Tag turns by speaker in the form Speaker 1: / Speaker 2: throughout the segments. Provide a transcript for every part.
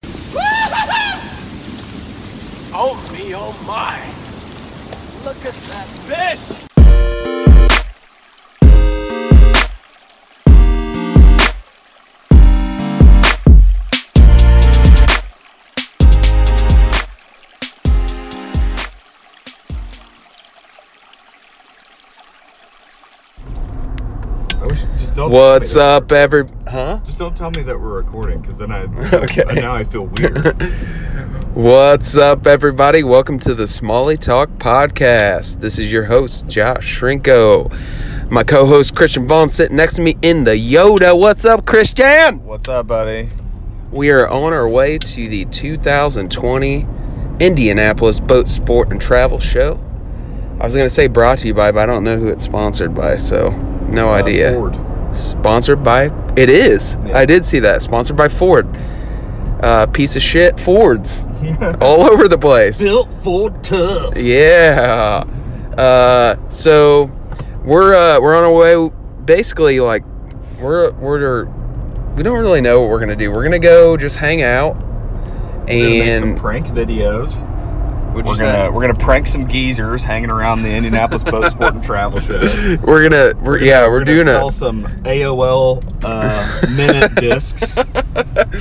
Speaker 1: Oh me, oh my! Look at that fish!
Speaker 2: I wish just don't.
Speaker 3: What's
Speaker 2: tell me that
Speaker 3: up, every? Huh?
Speaker 2: we're- Just don't tell me that we're recording, because then I
Speaker 3: Okay.
Speaker 2: and now I feel weird.
Speaker 3: What's up, everybody? Welcome to the Smalley Talk podcast. This is your host Josh Shrinko. My co-host Christian Vaughn sitting next to me in the Yoda. What's up, Christian?
Speaker 2: What's up, buddy?
Speaker 3: We are on our way to the 2020 Indianapolis Boat Sport and Travel Show. I was gonna say brought to you by, but I don't know who it's sponsored by, so no idea.
Speaker 2: Ford.
Speaker 3: Sponsored by it is.
Speaker 2: Yeah.
Speaker 3: I did see that. Sponsored by Ford. Uh, piece of shit Fords all over the place.
Speaker 2: Built Ford tough.
Speaker 3: Yeah. Uh, so we're uh, we're on our way. Basically, like we're we're we don't really know what we're gonna do. We're gonna go just hang out
Speaker 2: We're gonna make some
Speaker 3: and
Speaker 2: prank videos.
Speaker 3: what'd you
Speaker 2: We're
Speaker 3: say?
Speaker 2: gonna we're gonna prank some geezers hanging around the Indianapolis Boat Sport and Travel Show. We're
Speaker 3: we're gonna we're, yeah we're,
Speaker 2: gonna
Speaker 3: doing
Speaker 2: sell
Speaker 3: it.
Speaker 2: some AOL uh, minute discs.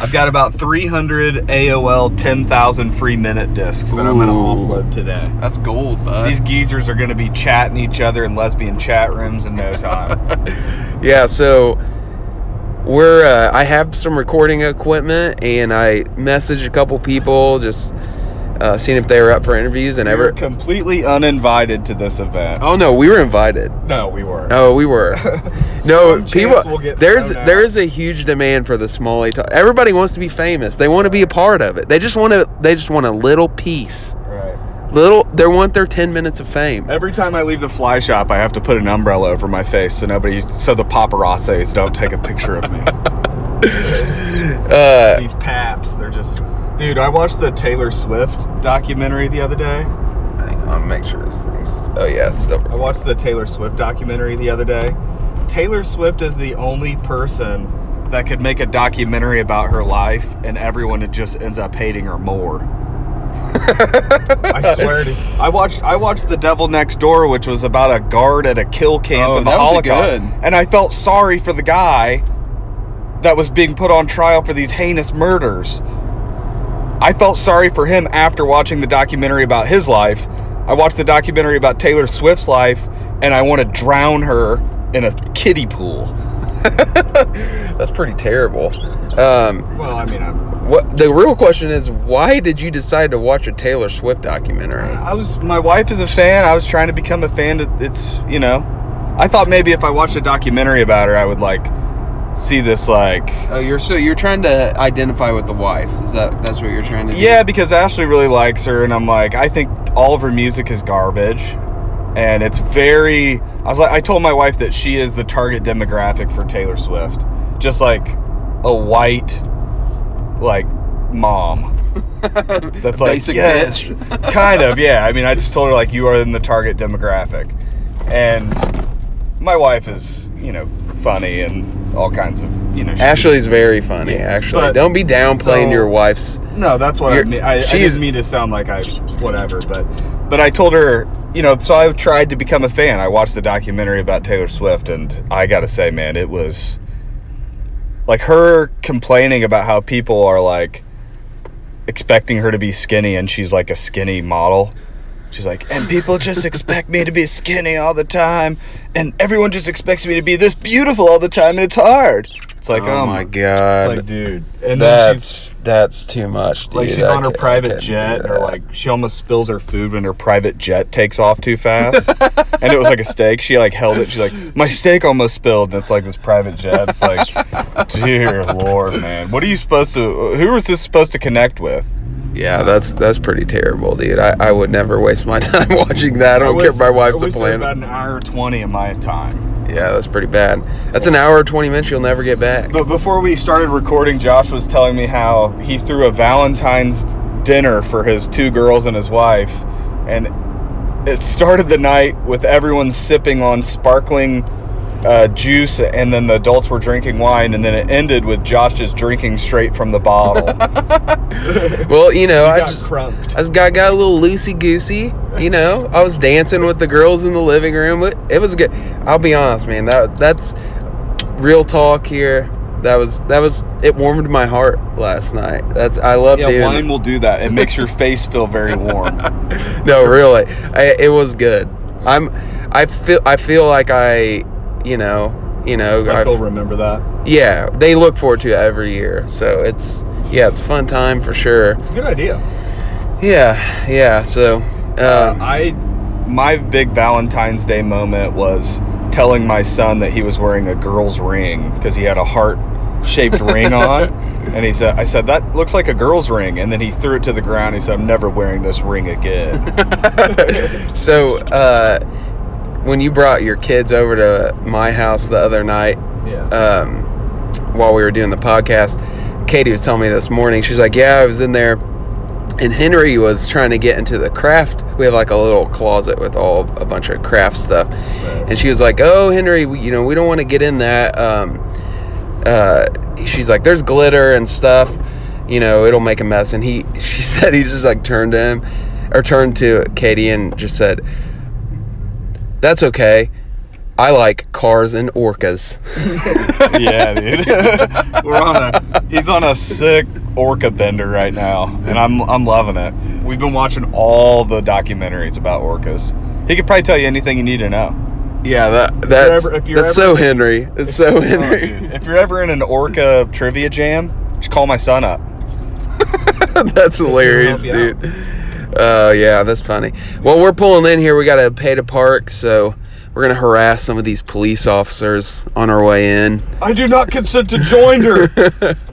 Speaker 2: I've got about 300 AOL 10,000 free minute discs that I'm gonna
Speaker 3: Ooh.
Speaker 2: offload today.
Speaker 3: That's gold, bud.
Speaker 2: These geezers are going to be chatting each other in lesbian chat rooms in no time.
Speaker 3: Yeah, so we're uh, I have some recording equipment and I messaged a couple people just uh, seeing if they were up for interviews and
Speaker 2: we were
Speaker 3: ever.
Speaker 2: completely uninvited to this event.
Speaker 3: Oh no, we were invited.
Speaker 2: No, we were.
Speaker 3: Oh, we were.
Speaker 2: Some
Speaker 3: no,
Speaker 2: chance
Speaker 3: people.
Speaker 2: we'll get
Speaker 3: there's
Speaker 2: thrown out.
Speaker 3: there is a huge demand for the Smalley talk. Everybody wants to be famous. They want to be a part of it. They just want to. They just want a little piece.
Speaker 2: Right.
Speaker 3: Little. They want their ten minutes of fame.
Speaker 2: Every time I leave the fly shop, I have to put an umbrella over my face so nobody, so the paparazzis don't take a picture of me.
Speaker 3: Uh,
Speaker 2: These paps, they're just. Dude, I watched the Taylor Swift documentary the other day.
Speaker 3: hang on, make sure this thing's. Oh yeah, it's still.
Speaker 2: I watched the Taylor Swift documentary the other day. Taylor Swift is the only person that could make a documentary about her life, and everyone just ends up hating her more. I swear to you. I watched I watched The Devil Next Door, which was about a guard at a kill camp
Speaker 3: Oh,
Speaker 2: in the
Speaker 3: that was a
Speaker 2: Holocaust.
Speaker 3: good.
Speaker 2: And I felt sorry for the guy that was being put on trial for these heinous murders. I felt sorry for him after watching the documentary about his life. I watched the documentary about Taylor Swift's life, and I want to drown her in a kiddie pool.
Speaker 3: That's pretty terrible. Um,
Speaker 2: Well, I mean, I'm,
Speaker 3: What the real question is, why did you decide to watch a Taylor Swift documentary?
Speaker 2: I was. My wife is a fan. I was trying to become a fan. to- It's you know, I thought maybe if I watched a documentary about her, I would like see this like.
Speaker 3: Oh, you're so you're trying to identify with the wife. Is that that's what you're trying to do?
Speaker 2: Yeah, because Ashley really likes her, and I'm like, I think all of her music is garbage, and it's very. I was like, I told my wife that she is the target demographic for Taylor Swift, just like a white, like mom. That's like
Speaker 3: Basic
Speaker 2: yeah,
Speaker 3: bitch.
Speaker 2: kind of yeah. I mean, I just told her like you are in the target demographic, and my wife is you know funny and all kinds of you know. she-
Speaker 3: Ashley's very funny. actually,
Speaker 2: but-
Speaker 3: don't be downplaying
Speaker 2: so-
Speaker 3: your wife's.
Speaker 2: No, that's what
Speaker 3: You're-
Speaker 2: I mean. I, I
Speaker 3: she's-
Speaker 2: didn't mean to sound like I whatever, but but I told her, you know, so I tried to become a fan. I watched the documentary about Taylor Swift, and I got to say, man, it was like her complaining about how people are like expecting her to be skinny, and she's like a skinny model. She's like, and people just expect me to be skinny all the time, and everyone just expects me to be this beautiful all the time, and it's hard. It's like,
Speaker 3: oh
Speaker 2: um,
Speaker 3: my
Speaker 2: it's
Speaker 3: god,
Speaker 2: like, dude, and then she's
Speaker 3: that's that's too much. Dude.
Speaker 2: like she's
Speaker 3: I
Speaker 2: on her
Speaker 3: can't- I
Speaker 2: private
Speaker 3: can't do
Speaker 2: jet, and
Speaker 3: that.
Speaker 2: or like she almost spills her food when her private jet takes off too fast. and it was like a steak. She like held it. She's like, my steak almost spilled. And it's like this private jet. It's like, dear lord, man, what are you supposed to? Who was this supposed to connect with?
Speaker 3: yeah, that's that's pretty terrible, dude. I, I would never waste my time watching that. I don't care if my wife's a
Speaker 2: About
Speaker 3: planet.
Speaker 2: an hour twenty of my time.
Speaker 3: Yeah, that's pretty bad. That's an hour and twenty minutes you'll never get back.
Speaker 2: But before we started recording, Josh was telling me how he threw a Valentine's dinner for his two girls and his wife, and it started the night with everyone sipping on sparkling
Speaker 4: uh, juice, and then the adults were drinking wine, and then it ended with Josh just drinking straight from the bottle.
Speaker 3: Well, you know, I
Speaker 2: got
Speaker 3: just
Speaker 2: crunked.
Speaker 3: I just got got a little loosey goosey. You know, I was dancing with the girls in the living room. It, it was good. I'll be honest, man. That that's real talk here. That was that was it warmed my heart last night. That's I love
Speaker 4: yeah,
Speaker 3: doing. it.
Speaker 4: wine will do that. It makes your face feel very warm.
Speaker 3: no, really, I, it was good. I'm, I feel, I feel like I, you know, you know,
Speaker 2: Like they'll
Speaker 3: I've-
Speaker 2: remember that.
Speaker 3: yeah, they look forward to it every year. So it's, yeah, it's a fun time for sure.
Speaker 2: It's a good idea.
Speaker 3: Yeah, yeah. So, uh,
Speaker 4: I my big Valentine's Day moment was telling my son that he was wearing a girl's ring because he had a heart shaped ring on and he said I said that looks like a girl's ring and then he threw it to the ground he said I'm never wearing this ring again
Speaker 3: so uh, when you brought your kids over to my house the other night,
Speaker 2: Yeah.
Speaker 4: Uh,
Speaker 3: um, while we were doing the podcast, Katie was telling me this morning. She's like, "Yeah, I was in there, and Henry was trying to get into the craft. We have like a little closet with all a bunch of craft stuff, and she was like, "Oh, Henry, we, you know, we don't want to get in that." Um, uh, she's like, "There's glitter and stuff, you know, it'll make a mess." And he, she said, he just like turned to him, or turned to Katie and just said, "That's okay." I like cars and orcas.
Speaker 4: yeah dude we're on a he's on a sick orca bender right now and I'm I'm loving it we've been watching all the documentaries about orcas he could probably tell you anything you need to know
Speaker 3: Yeah, that that's
Speaker 2: ever- Oh, if you're
Speaker 3: that's so Henry. It's so Henry.
Speaker 4: If you're ever in an orca trivia jam, just call my son up.
Speaker 3: that's hilarious,
Speaker 2: help you
Speaker 3: dude. Oh yeah, that's funny. Well, we're pulling in here. We got to pay to park, so we're gonna harass some of these police officers on our way in.
Speaker 2: I do not consent to joinder.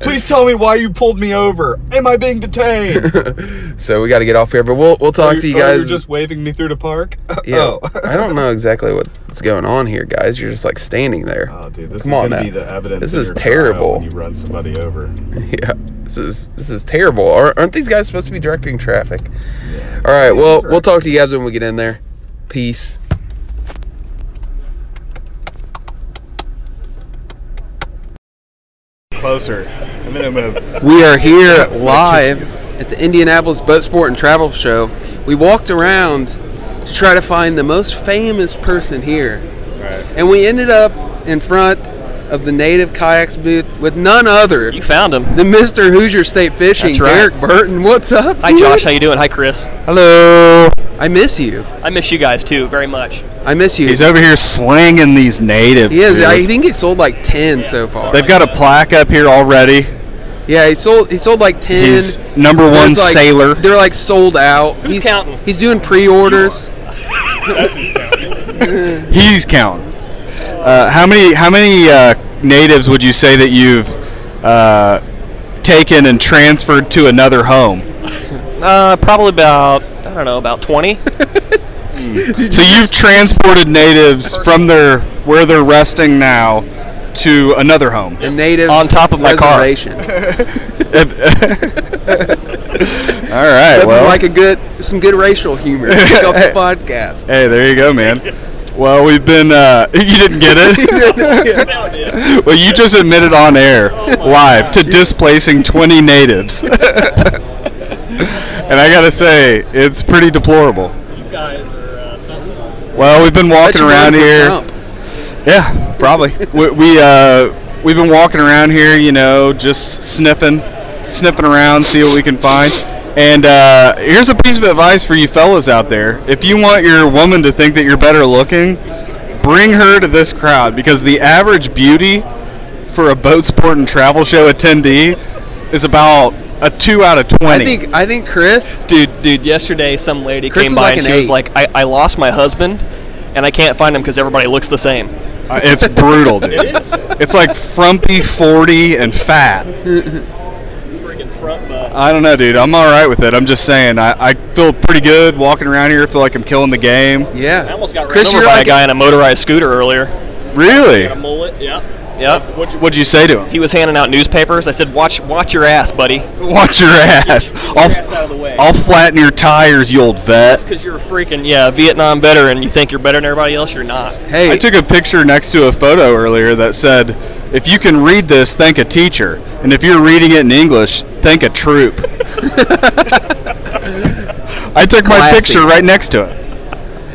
Speaker 2: Please tell me why you pulled me over. Am I being detained?
Speaker 3: So we got to get off here, but we'll we'll talk
Speaker 2: Oh,
Speaker 3: to you
Speaker 2: oh,
Speaker 3: guys.
Speaker 2: You're just waving me through the park.
Speaker 3: yeah,
Speaker 2: Oh.
Speaker 3: I don't know exactly what's going on here, guys. You're just like standing there.
Speaker 2: Oh, dude, this
Speaker 3: Come
Speaker 2: is
Speaker 3: on
Speaker 2: gonna
Speaker 3: now.
Speaker 2: be the evidence.
Speaker 3: This
Speaker 2: in
Speaker 3: is
Speaker 2: your trial
Speaker 3: terrible.
Speaker 2: When you run somebody over.
Speaker 3: yeah, this is this is terrible. Are- Aren't these guys supposed to be directing traffic? All right, well, we'll talk to you guys when we get in there. Peace.
Speaker 4: Closer. And then I'm gonna.
Speaker 3: We are here live at the Indianapolis Boat Sport and Travel Show. We walked around to try to find the most famous person here,
Speaker 4: Alright.
Speaker 3: and we ended up in front of the Native Kayaks booth with none other
Speaker 5: You found him.
Speaker 3: than Mr. Hoosier State Fishing,
Speaker 5: That's right.
Speaker 3: Derek Burton. What's up?
Speaker 5: Hi
Speaker 3: dude?
Speaker 5: Josh, how you doing? Hi Chris.
Speaker 4: Hello.
Speaker 3: I miss you.
Speaker 5: I miss you guys too very much.
Speaker 3: I miss you.
Speaker 4: He's over here slanging these natives.
Speaker 3: He is.
Speaker 4: dude.
Speaker 3: I think he sold like ten so far.
Speaker 4: They've got a plaque up here already.
Speaker 3: Yeah, he sold. He sold like ten.
Speaker 4: He's number
Speaker 3: There's,
Speaker 4: one
Speaker 3: like-
Speaker 4: sailor.
Speaker 3: They're like sold out.
Speaker 5: Who's
Speaker 3: he's,
Speaker 5: counting?
Speaker 3: He's doing pre-orders.
Speaker 4: He's counting. Uh, how many? How many uh, natives would you say that you've uh, taken and transferred to another home?
Speaker 5: Uh, probably about I don't know about twenty.
Speaker 4: So you've transported natives from their where they're resting now to another home.
Speaker 3: A native
Speaker 5: On top of my car.
Speaker 3: reservation. car.
Speaker 4: All right. Well,
Speaker 3: like a good, some good racial humor. Pick up the podcast.
Speaker 4: hey, there you go, man. Well, we've been. Uh, you didn't get it. well, you just admitted on air, live, to displacing 20 natives. and I gotta say, it's pretty deplorable. Well, we've been
Speaker 3: Bet
Speaker 4: walking
Speaker 3: you
Speaker 4: around
Speaker 3: voted for
Speaker 4: here.
Speaker 3: Trump.
Speaker 4: Yeah, probably. we we uh we've been walking around here, you know, just sniffing, sniffing around, see what we can find. And uh, here's a piece of advice for you fellas out there: if you want your woman to think that you're better looking, bring her to this crowd because the average beauty for a boat sport and travel show attendee is about a two out of
Speaker 3: I
Speaker 4: twenty.
Speaker 3: think. I think Chris.
Speaker 5: dude, dude, yesterday some lady
Speaker 3: Chris
Speaker 5: came
Speaker 3: is
Speaker 5: by
Speaker 3: like
Speaker 5: and
Speaker 3: an
Speaker 5: she
Speaker 3: eight.
Speaker 5: was like, I, I lost my husband and I can't find him because everybody looks the same.
Speaker 4: Uh, it's brutal, dude. It's like frumpy forty and fat.
Speaker 5: Freaking front
Speaker 4: I don't know, dude. I'm all right with it. I'm just saying. I, I feel pretty good walking around here. I feel like I'm killing the game.
Speaker 3: Yeah.
Speaker 5: I almost got
Speaker 3: Chris,
Speaker 5: ran over
Speaker 3: you're
Speaker 5: by
Speaker 3: like
Speaker 5: a guy in a motorized scooter earlier.
Speaker 4: Really?
Speaker 5: mullet, yeah. Yep.
Speaker 4: What would you say to him?
Speaker 5: He was handing out newspapers. I said, "Watch, watch your ass, buddy."
Speaker 4: Watch your ass. I'll,
Speaker 5: ass out of the way.
Speaker 4: I'll flatten your tires, you old vet.
Speaker 5: Because you're a freaking yeah Vietnam veteran, you think you're better than everybody else. You're not.
Speaker 3: Hey,
Speaker 4: I took a picture next to a photo earlier that said, if you can read this, thank a teacher. And if you're reading it in English, thank a troop. I took my
Speaker 3: Classy.
Speaker 4: picture right next to it.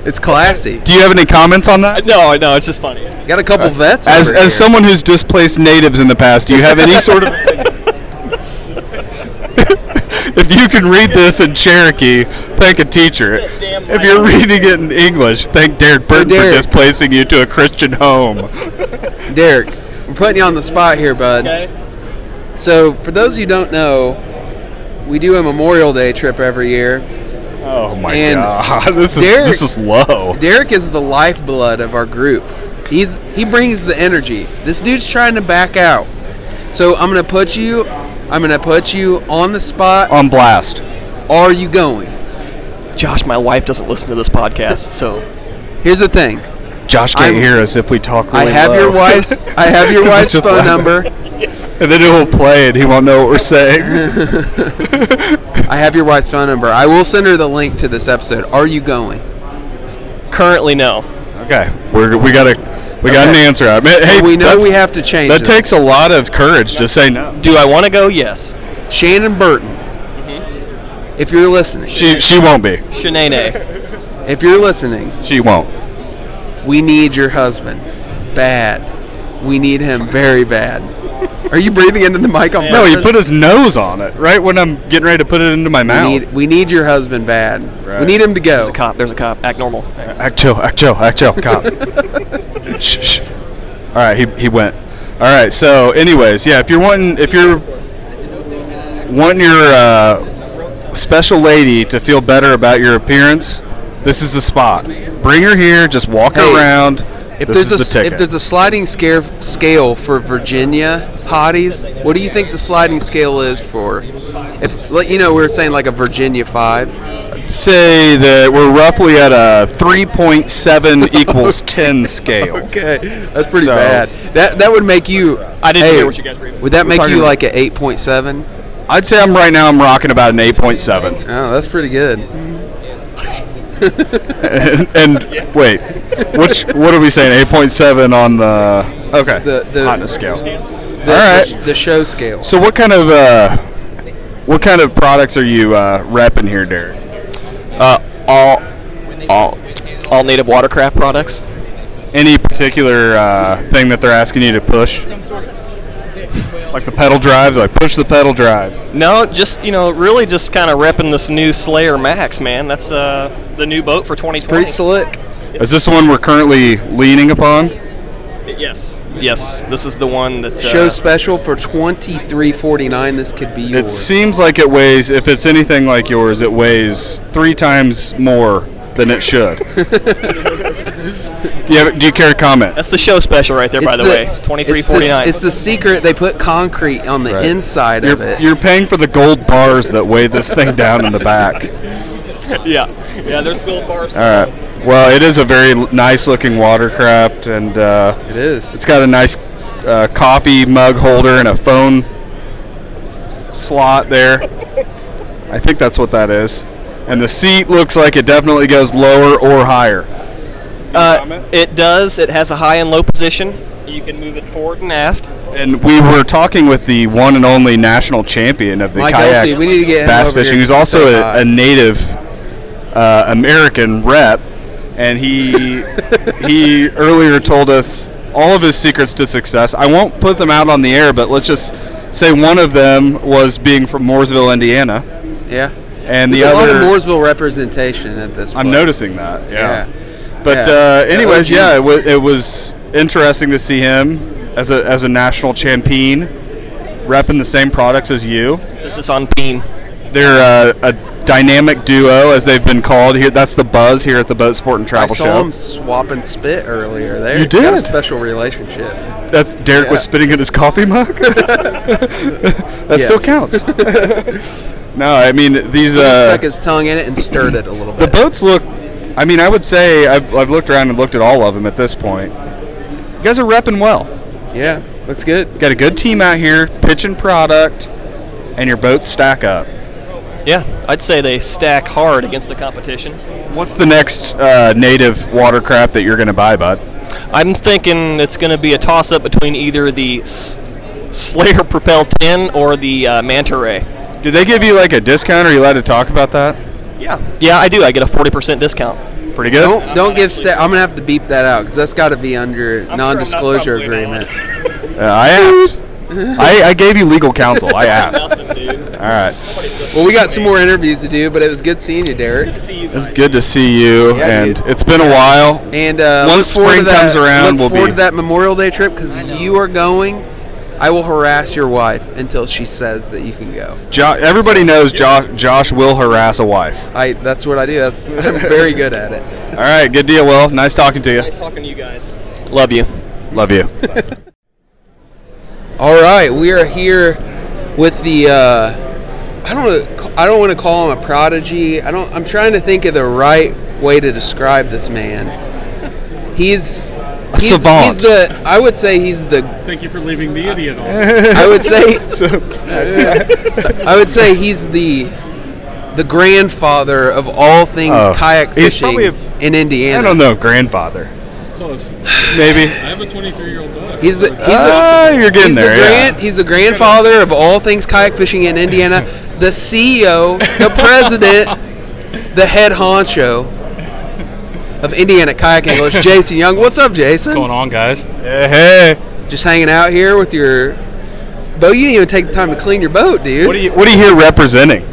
Speaker 3: it's classy.
Speaker 4: Do you have any comments on that?
Speaker 5: No, I know. It's just funny.
Speaker 3: Got a couple vets.
Speaker 4: Uh, As,
Speaker 3: over
Speaker 4: as
Speaker 3: here.
Speaker 4: someone who's displaced natives in the past, do you have any sort of. if you can read this in Cherokee, thank a teacher.
Speaker 5: damn
Speaker 4: If you're reading it in English, thank Derek Burton for
Speaker 3: Derek-
Speaker 4: displacing you to a Christian home.
Speaker 3: Derek, I'm putting you on the spot here, bud.
Speaker 5: Okay.
Speaker 3: So, for those of you who don't know, we do a Memorial Day trip every year.
Speaker 4: Oh my
Speaker 3: And
Speaker 4: god, this is
Speaker 3: Derek-
Speaker 4: this is low.
Speaker 3: Derek is the lifeblood of our group. He's he brings the energy. This dude's trying to back out. So I'm gonna put you, I'm gonna put you on the spot.
Speaker 4: On blast.
Speaker 3: Are you going?
Speaker 5: Josh, my wife doesn't listen to this podcast, so
Speaker 3: Here's the thing.
Speaker 4: Josh can't
Speaker 3: I'm-
Speaker 4: hear us if we talk really
Speaker 3: I have
Speaker 4: low.
Speaker 3: your wife's I have your
Speaker 4: This is
Speaker 3: wife's
Speaker 4: just
Speaker 3: phone
Speaker 4: laughing.
Speaker 3: number.
Speaker 4: And then it will play and he won't know what we're saying.
Speaker 3: I have your wife's phone number. I will send her the link to this episode. Are you going?
Speaker 5: currently no.
Speaker 4: okay. We're we gotta we got an
Speaker 3: Okay.
Speaker 4: answer out. Man, hey,
Speaker 3: so we know
Speaker 4: that's-
Speaker 3: we have to change.
Speaker 4: that
Speaker 3: it.
Speaker 4: takes a lot of courage to say no.
Speaker 5: Do I want to go? Yes.
Speaker 3: Shannon Burton.
Speaker 4: Mm-hmm.
Speaker 3: If you're listening,
Speaker 4: She she won't be.
Speaker 5: Shenane.
Speaker 3: if you're listening,
Speaker 4: She won't.
Speaker 3: We need your husband. Bad. We need him very bad. Are you breathing into the mic on
Speaker 4: No, he
Speaker 3: purpose?
Speaker 4: put his nose on it right when I'm getting ready to put it into my
Speaker 3: we
Speaker 4: mouth.
Speaker 3: need, we need your husband bad. We
Speaker 4: Right.
Speaker 3: need him to
Speaker 5: There's
Speaker 3: go.
Speaker 5: a cop. There's a cop. Act normal.
Speaker 4: Act chill, act chill, act chill, cop. shh, shh. All right, he, he went. All right, so anyways, yeah, if you're wanting, if you're wanting your uh, special lady to feel better about your appearance, this is the spot. Bring her here. Just walk her
Speaker 3: Hey,
Speaker 4: around.
Speaker 3: If
Speaker 4: this
Speaker 3: there's a
Speaker 4: is the
Speaker 3: s-
Speaker 4: ticket.
Speaker 3: if there's a sliding scare scale for Virginia hotties, what do you think the sliding scale is for? If like, you know, we were saying like a Virginia five.
Speaker 4: say that we're roughly at a 3.7 equals 10 scale.
Speaker 3: Okay, that's pretty
Speaker 4: So-
Speaker 3: bad. That that would make you.
Speaker 5: I didn't
Speaker 3: hey,
Speaker 5: hear what you guys were even-
Speaker 3: Would that make
Speaker 4: talking
Speaker 3: you
Speaker 4: about-
Speaker 3: like a eight point seven?
Speaker 4: I'd say I'm right now. I'm rocking about an 8.7.
Speaker 3: Oh, that's pretty good.
Speaker 4: and, and wait, which what are we saying? Eight point seven on the okay
Speaker 3: The- the-
Speaker 4: hotness scale.
Speaker 3: The,
Speaker 4: All right.
Speaker 3: the, the show scale.
Speaker 4: so what kind of uh, what kind of products are you uh, repping here, Derek?
Speaker 5: Uh, all, all, all native watercraft products.
Speaker 4: Any particular uh, thing that they're asking you to push? Like the pedal drives, like push the pedal drives.
Speaker 5: No, just you know, really just kind of repping this new Slayer Max, man. That's uh the new boat for 2020.
Speaker 3: Pretty slick.
Speaker 4: Is this the one we're currently leaning upon?
Speaker 5: Yes, yes. This is the one that uh,
Speaker 3: Show special for twenty three forty nine. This could be
Speaker 4: It
Speaker 3: yours.
Speaker 4: seems like it weighs, if it's anything like yours, it weighs three times more than it should. do, you have, do you care to comment?
Speaker 5: That's the show special right there, by the, way.
Speaker 3: it's the,
Speaker 5: 23.49.
Speaker 3: it's the secret. They put concrete on the
Speaker 4: Right.
Speaker 3: inside of
Speaker 4: You're,
Speaker 3: it.
Speaker 4: you're paying for the gold bars that weigh this thing down in the back.
Speaker 5: yeah, yeah. There's gold bars.
Speaker 4: All right. Well, it is a very l- nice looking watercraft, and uh,
Speaker 3: it is.
Speaker 4: it's got a nice uh, coffee mug holder and a phone slot there. I think that's what that is. And the seat looks like it definitely goes lower or higher.
Speaker 5: Uh, it does. It has a high and low position. You can move it forward and aft.
Speaker 4: And we were talking with the one and only national champion of the
Speaker 3: Mike
Speaker 4: kayak
Speaker 3: Elsey, we need to get him
Speaker 4: bass
Speaker 3: over here
Speaker 4: fishing, who's
Speaker 3: just to
Speaker 4: also
Speaker 3: say
Speaker 4: a,
Speaker 3: hi.
Speaker 4: a native uh, American rep, and he he earlier told us all of his secrets to success. I won't put them out on the air, but let's just say one of them was being from Mooresville, Indiana,
Speaker 3: Yeah.
Speaker 4: and the
Speaker 3: There's a
Speaker 4: other.
Speaker 3: lot of Mooresville representation at this.
Speaker 4: I'm
Speaker 3: place.
Speaker 4: noticing that. Yeah.
Speaker 3: Yeah.
Speaker 4: But
Speaker 3: Yeah.
Speaker 4: uh,
Speaker 3: The
Speaker 4: anyways, yeah, it,
Speaker 3: OGs.
Speaker 4: wa it was interesting to see him as a as a national champion, repping the same products as you.
Speaker 5: This is on beam.
Speaker 4: They're uh, a dynamic duo, as they've been called here. That's the buzz here at the Boat Sport and
Speaker 3: I
Speaker 4: Travel
Speaker 3: saw
Speaker 4: Show.
Speaker 3: him swapping spit earlier. There,
Speaker 4: You
Speaker 3: Got a
Speaker 4: did?
Speaker 3: special relationship.
Speaker 4: That's Derek was
Speaker 3: Yeah.
Speaker 4: spitting in his coffee mug. that still
Speaker 3: Yes.
Speaker 4: counts. no, I mean these.
Speaker 3: he
Speaker 4: Uh,
Speaker 3: stuck his tongue in it and stirred it a little
Speaker 4: The
Speaker 3: bit.
Speaker 4: boats look. I mean, I would say I've, I've looked around and looked at all of them at this point. You guys are repping well.
Speaker 3: yeah. Looks good.
Speaker 4: Got a good team out here pitching product, and your boats stack up.
Speaker 5: Yeah, I'd say they stack hard against the competition.
Speaker 4: What's the next uh, native water crap that you're going to buy, bud?
Speaker 5: I'm thinking it's going to be a toss up between either the S- Slayer Propel 10 or the uh, Manta Ray.
Speaker 4: Do they give you like a discount? Are you allowed to talk about that?
Speaker 5: Yeah. Yeah, I do. I get a 40% discount.
Speaker 4: Pretty good.
Speaker 3: Don't don't give. Sta- I'm gonna have to beep that out because that's got to be under non-disclosure
Speaker 5: probably not.
Speaker 3: agreement.
Speaker 4: Uh, I asked. I, I gave you legal counsel. I asked. All right.
Speaker 3: well, we got some more interviews to do, but it was good seeing you, Derek.
Speaker 4: It's good to see you,
Speaker 3: Yeah,
Speaker 4: and
Speaker 3: dude.
Speaker 4: it's been a while.
Speaker 3: And uh,
Speaker 4: Once
Speaker 3: look forward
Speaker 4: spring
Speaker 3: to that,
Speaker 4: comes around,
Speaker 3: look
Speaker 4: we'll
Speaker 3: forward
Speaker 4: be-
Speaker 3: to that Memorial Day trip because you are going. I will harass your wife until she says that you can go.
Speaker 4: Jo- everybody knows Josh, Josh will harass a wife.
Speaker 3: I. That's what I do. That's I'm very good at it.
Speaker 4: All right, good deal, Will. Nice talking to you.
Speaker 5: talking to you guys. Love you.
Speaker 4: Love you.
Speaker 3: All right, we are here with the. Uh, I don't. wanna- I don't want to call him a prodigy. I don't. I'm trying to think of the right way to describe this man. He's. He's,
Speaker 4: savant.
Speaker 3: he's the. I would say he's the.
Speaker 6: Thank you for leaving the idiot off.
Speaker 3: I would say
Speaker 4: So,
Speaker 3: I would say he's the the grandfather of all things
Speaker 4: Oh,
Speaker 3: kayak
Speaker 4: he's
Speaker 3: fishing
Speaker 4: probably a-
Speaker 3: in Indiana.
Speaker 4: I don't know, grandfather.
Speaker 6: Close.
Speaker 4: Maybe.
Speaker 6: I have a 23 year old daughter.
Speaker 3: He's the he's,
Speaker 4: Ah, you're
Speaker 3: a,
Speaker 4: getting
Speaker 3: he's
Speaker 4: there.
Speaker 3: the
Speaker 4: yeah.
Speaker 3: grand, he's the grandfather of all things kayak fishing in Indiana. The CEO, the president, the head honcho of Indiana Kayak Anglers, Jason Young. What's up, Jason?
Speaker 6: going on, guys?
Speaker 4: Yeah, hey.
Speaker 3: Just hanging out here with your boat. You didn't even take the time to clean your boat, dude.
Speaker 4: What are you What are you here representing?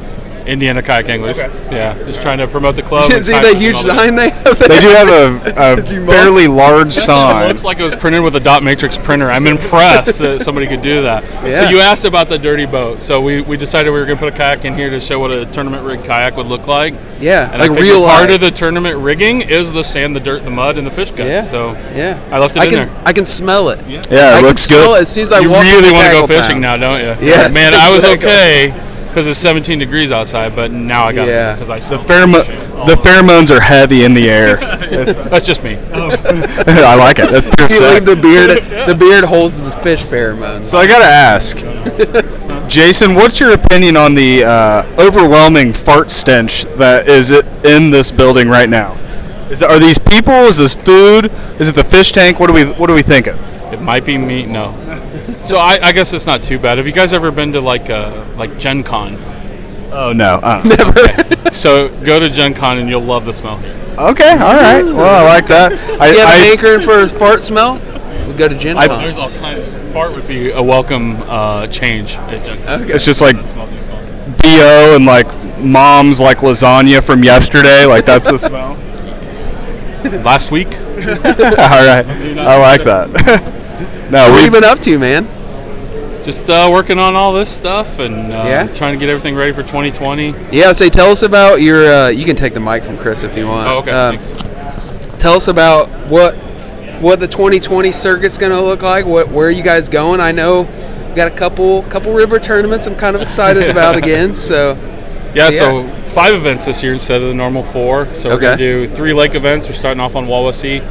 Speaker 6: Indiana Kayak Anglers. Yeah, just trying to promote the club.
Speaker 3: you
Speaker 6: and
Speaker 3: see
Speaker 6: kayak
Speaker 3: that
Speaker 6: fishing
Speaker 3: huge
Speaker 6: all the-
Speaker 3: sign they have there?
Speaker 4: They do have a, a
Speaker 3: It's humongous.
Speaker 4: fairly large
Speaker 6: It
Speaker 4: sign.
Speaker 6: looks like it was printed with a dot matrix printer. I'm impressed that somebody could do that.
Speaker 3: Yeah.
Speaker 6: So you asked about the dirty boat. So we, we decided we were going to put a kayak in here to show what a tournament rig kayak would look like.
Speaker 3: Yeah,
Speaker 6: And I
Speaker 3: like
Speaker 6: figured
Speaker 3: real
Speaker 6: part
Speaker 3: life.
Speaker 6: of the tournament rigging is the sand, the dirt, the mud, and the fish guts.
Speaker 3: Yeah.
Speaker 6: So
Speaker 3: Yeah.
Speaker 6: I left it
Speaker 3: I
Speaker 6: in
Speaker 3: can,
Speaker 6: there.
Speaker 3: I can smell it.
Speaker 6: Yeah.
Speaker 4: Yeah,
Speaker 3: I
Speaker 4: it
Speaker 3: can
Speaker 4: looks
Speaker 3: smell
Speaker 4: good.
Speaker 3: it as soon as I
Speaker 6: you
Speaker 3: walk
Speaker 6: really
Speaker 3: into
Speaker 6: want to go
Speaker 3: tackle
Speaker 6: fishing now,
Speaker 3: town.
Speaker 6: don't you?
Speaker 3: Yes,
Speaker 6: man, I was
Speaker 3: exactly.
Speaker 6: okay because it's 17 degrees outside, but now I got
Speaker 3: Yeah.
Speaker 6: it because I
Speaker 4: The,
Speaker 6: smell
Speaker 4: pheromo-
Speaker 6: fishing.
Speaker 4: the pheromones are heavy in the air. It's-
Speaker 6: That's just me.
Speaker 4: I like it. That's pure
Speaker 3: You leave
Speaker 4: sex.
Speaker 3: the beard. The beard holds the fish pheromones.
Speaker 4: So I gotta ask, Jason, what's your opinion on the uh, overwhelming fart stench that is it in this building right now? Is are these people? Is this food? Is it the fish tank? What do we What do we think of?
Speaker 6: It might be me. No. So I, I guess it's not too bad. Have you guys ever been to like uh, like Gen Con?
Speaker 4: Oh no. Uh,
Speaker 6: So go to Gen Con and you'll love the smell here.
Speaker 4: okay. All right. Well, I like that. I,
Speaker 3: you have
Speaker 4: I-
Speaker 3: an anchor for a fart smell? We go to Gen
Speaker 4: I-
Speaker 3: Con.
Speaker 6: There's all kind of fart would be a welcome uh, change at Gen Con.
Speaker 3: Okay.
Speaker 4: it's just like
Speaker 6: It smells you smell.
Speaker 4: bo and like mom's like lasagna from yesterday. Like that's the smell.
Speaker 6: Last week,
Speaker 4: all right. I like that. no,
Speaker 3: What have
Speaker 4: we
Speaker 3: you been up to, man?
Speaker 6: just uh, working on all this stuff and uh,
Speaker 3: Yeah? Uh,
Speaker 6: trying to get everything ready for 2020.
Speaker 3: Yeah, say, tell us about your. Uh, you can take the mic from Chris if you want.
Speaker 6: Oh, okay.
Speaker 3: Um,
Speaker 6: thanks.
Speaker 3: tell us about what what the 2020 circuit's going to look like. What where are you guys going? I know we got a couple couple river tournaments. I'm kind of excited about again. So Yeah.
Speaker 6: Yeah, so five events this year instead of the normal four. So we're
Speaker 3: Okay.
Speaker 6: gonna do three lake events. We're starting off on Wawasee,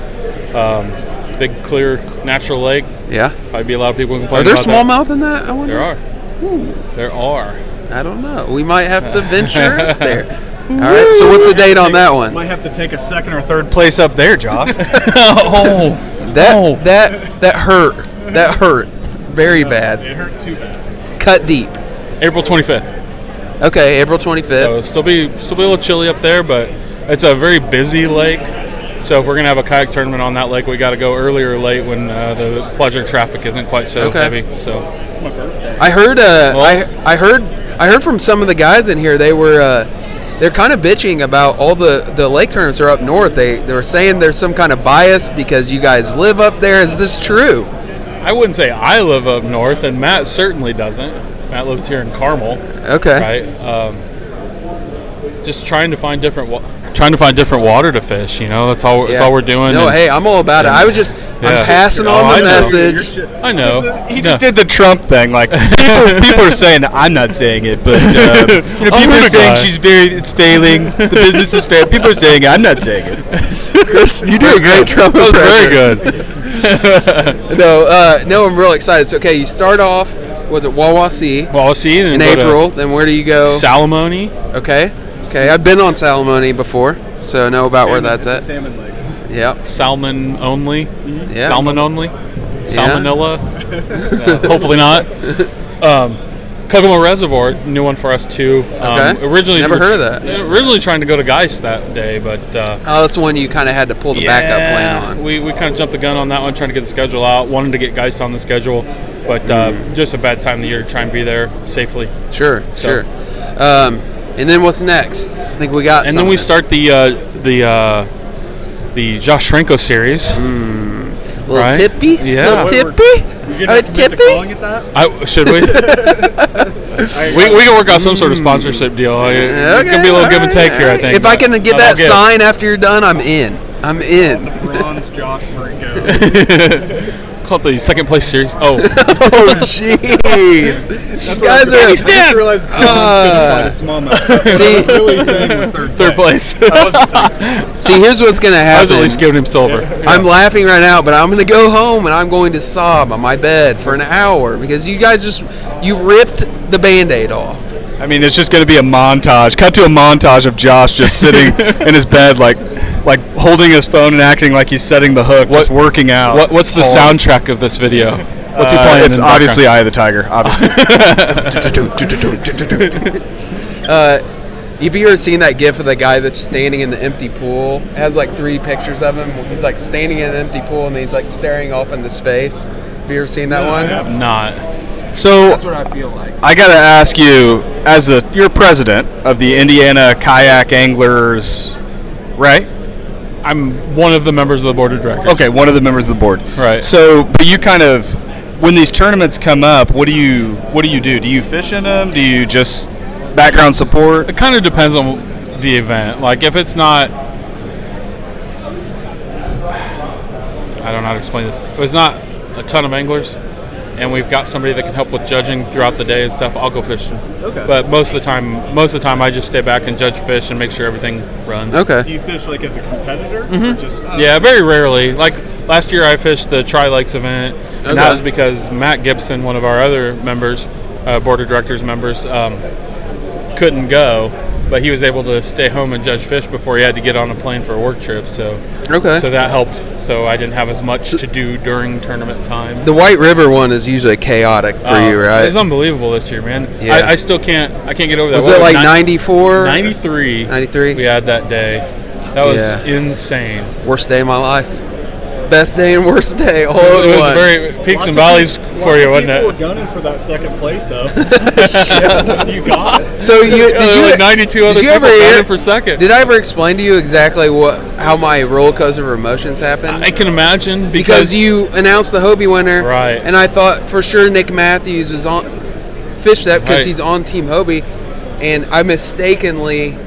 Speaker 6: um, big clear natural lake.
Speaker 3: yeah,
Speaker 6: Probably be a lot of people
Speaker 3: are
Speaker 6: complaining.
Speaker 3: there
Speaker 6: about that.
Speaker 3: smallmouth in that? I wonder.
Speaker 6: There are. There are.
Speaker 3: I don't know. We might have to venture out there. All right. So what's the date on that one?
Speaker 4: might have to take a second or third place up there, Josh.
Speaker 6: oh,
Speaker 3: That that that hurt. That hurt very bad.
Speaker 6: hurt too bad.
Speaker 3: Cut deep.
Speaker 6: April 25th.
Speaker 3: Okay, April 25th.
Speaker 6: So still be still be a little chilly up there, but it's a very busy lake. So if we're gonna have a kayak tournament on that lake, we got to go early or late when uh, the pleasure traffic isn't quite so
Speaker 3: Okay.
Speaker 6: heavy. So
Speaker 3: I heard. Uh,
Speaker 6: Well-
Speaker 3: I I heard. I heard from some of the guys in here. They were. Uh, they're kind of bitching about all the the lake tournaments are up north. They they were saying there's some kind of bias because you guys live up there. Is this true?
Speaker 6: I wouldn't say I live up north, and Matt certainly doesn't. Matt lives here in Carmel,
Speaker 3: Okay.
Speaker 6: right? Um, just trying to find different wa- trying to find different water to fish. You know, that's all. That's
Speaker 3: Yeah.
Speaker 6: all we're doing.
Speaker 3: No,
Speaker 6: and-
Speaker 3: hey, I'm all about it. I was just
Speaker 6: Yeah.
Speaker 3: I'm passing
Speaker 6: Oh,
Speaker 3: on
Speaker 6: I
Speaker 3: the
Speaker 6: know.
Speaker 3: message.
Speaker 6: I know.
Speaker 4: He just
Speaker 6: No.
Speaker 4: did the Trump thing. Like people, people are saying, I'm not saying it, but uh, you know,
Speaker 6: I'm
Speaker 4: people
Speaker 6: the
Speaker 4: are saying
Speaker 6: guy.
Speaker 4: she's very. It's failing. The business is failing. People are saying it. I'm not saying it.
Speaker 3: Chris, you do a great Trump
Speaker 6: That was very
Speaker 3: impression.
Speaker 6: good.
Speaker 3: No, uh, no, I'm real excited. So, okay, you start off was it Wawasee
Speaker 6: well, I'll see you
Speaker 3: in April? Then where do you go?
Speaker 6: Salamone.
Speaker 3: okay, okay, I've been on Salamone before, so I know about where that's at.
Speaker 4: Salmon lake.
Speaker 3: Yep.
Speaker 6: Salmon only.
Speaker 3: Mm-hmm. Yeah.
Speaker 6: Salmon only. Salmonella. No, hopefully not. Um, Kokomo Reservoir, new one for us too. Um,
Speaker 3: Okay.
Speaker 6: Originally,
Speaker 3: Never
Speaker 6: we were
Speaker 3: heard of
Speaker 6: tr-
Speaker 3: that.
Speaker 6: Originally trying to go to Geist that day, but uh,
Speaker 3: Oh, that's the one you kind of had to pull the Oh, backup plan on.
Speaker 6: We, we kind of jumped the gun on that one, trying to get the schedule out. Wanted to get Geist on the schedule, but uh,
Speaker 3: Mm.
Speaker 6: just a bad time of the year to try and be there safely.
Speaker 3: Sure,
Speaker 6: So-
Speaker 3: sure. Um, and then what's next? I think we got.
Speaker 6: And then we
Speaker 3: something.
Speaker 6: start the uh, the uh, the Josh Shrenko series.
Speaker 3: Mm-hmm. little
Speaker 6: right?
Speaker 3: tippy.
Speaker 6: Yeah.
Speaker 3: Little tippy. A tippy.
Speaker 7: it that?
Speaker 6: I, should we? we? We can work out some sort of sponsorship deal. it's gonna be a little give and
Speaker 3: alright,
Speaker 6: take here, I
Speaker 3: alright.
Speaker 6: think.
Speaker 3: If I
Speaker 6: but
Speaker 3: can get
Speaker 6: I'll
Speaker 3: that
Speaker 6: give.
Speaker 3: sign after you're done, I'm in. I'm in.
Speaker 7: Bronze Josh Franco.
Speaker 6: call it the second place series. Oh,
Speaker 3: Oh jeez. You guys are
Speaker 7: I realized
Speaker 3: Uh,
Speaker 7: Bronze couldn't find a smallmouth.
Speaker 3: see-
Speaker 7: What I was really saying was third,
Speaker 6: third place. I
Speaker 7: wasn't saying
Speaker 3: See, here's what's gonna
Speaker 6: was at
Speaker 3: happen.
Speaker 6: least giving him silver.
Speaker 3: I'm laughing right now, but I'm gonna go home and I'm going to sob on my bed for an hour because you guys just you ripped the band-aid off.
Speaker 4: I mean, it's just going to be a montage. Cut to a montage of Josh just sitting in his bed, like, like holding his phone and acting like he's setting the hook, just
Speaker 6: What-
Speaker 4: working out.
Speaker 6: What, what's the
Speaker 4: Hard.
Speaker 6: soundtrack of this video? What's he
Speaker 4: Uh,
Speaker 6: playing?
Speaker 4: It's
Speaker 6: in the
Speaker 4: obviously Eye of the Tiger. Obviously.
Speaker 3: Uh, Have you ever seen that gif of the guy that's standing in the empty pool? It has like three pictures of him. He's like standing in an empty pool and he's like staring off into space. Have you ever seen that one?
Speaker 6: background? Not.
Speaker 4: so
Speaker 3: That's what I feel like.
Speaker 4: I gotta ask you, as the you're president of the Indiana Kayak Anglers, right?
Speaker 6: I'm one of the members of the board of directors.
Speaker 4: Okay, one of the members of the board.
Speaker 6: Right.
Speaker 4: So, but you kind of, when these tournaments come up, what do you what do you do? Do you fish in them? Do you just background support?
Speaker 6: It kind of depends on the event. Like if it's not, I don't know how to explain this. If it's not a ton of anglers, and we've got somebody that can help with judging throughout the day and stuff. I'll go fishing. Okay. But most of the time, most of the time, I just stay back and judge fish and make sure everything runs.
Speaker 3: Okay.
Speaker 7: Do you fish like as a competitor? Or just, uh,
Speaker 6: Yeah, very rarely. Like last year, I fished the Tri Lakes event, and
Speaker 3: Okay.
Speaker 6: that was because Matt Gibson, one of our other members, uh, board of directors members, um, couldn't go, but he was able to stay home and judge fish before he had to get on a plane for a work trip. So,
Speaker 3: Okay.
Speaker 6: so that helped. So I didn't have as much to do during tournament time.
Speaker 3: The White River one is usually chaotic for
Speaker 6: Uh,
Speaker 3: you, right?
Speaker 6: It's unbelievable this year, man.
Speaker 3: Yeah.
Speaker 6: I, I still can't. I can't get over that.
Speaker 3: was
Speaker 6: What
Speaker 3: it like
Speaker 6: nine-
Speaker 3: 94?
Speaker 6: 93?
Speaker 3: 93?
Speaker 6: We had that day. That was
Speaker 3: Yeah.
Speaker 6: insane.
Speaker 3: Worst day of my life. Best day and worst day all
Speaker 6: It
Speaker 3: in
Speaker 6: was
Speaker 3: one.
Speaker 6: very
Speaker 7: lots
Speaker 6: peaks and
Speaker 7: of
Speaker 6: valleys
Speaker 7: people-
Speaker 6: for you,
Speaker 7: lots of
Speaker 6: wasn't
Speaker 7: people
Speaker 6: it?
Speaker 7: were gunning for that second place though. you got it.
Speaker 3: so you
Speaker 6: Yeah,
Speaker 3: did
Speaker 6: there were
Speaker 3: you
Speaker 6: like 92
Speaker 3: did
Speaker 6: other
Speaker 3: you
Speaker 6: people
Speaker 3: ever
Speaker 6: got
Speaker 3: hear-
Speaker 6: it for second.
Speaker 3: Did I ever explain to you exactly what how my roller coaster of emotions happened?
Speaker 6: I can imagine because,
Speaker 3: because you announced the Hobie winner,
Speaker 6: Right.
Speaker 3: And I thought for sure Nick Matthews was on fish that because
Speaker 6: Right.
Speaker 3: he's on Team Hobie, and I mistakenly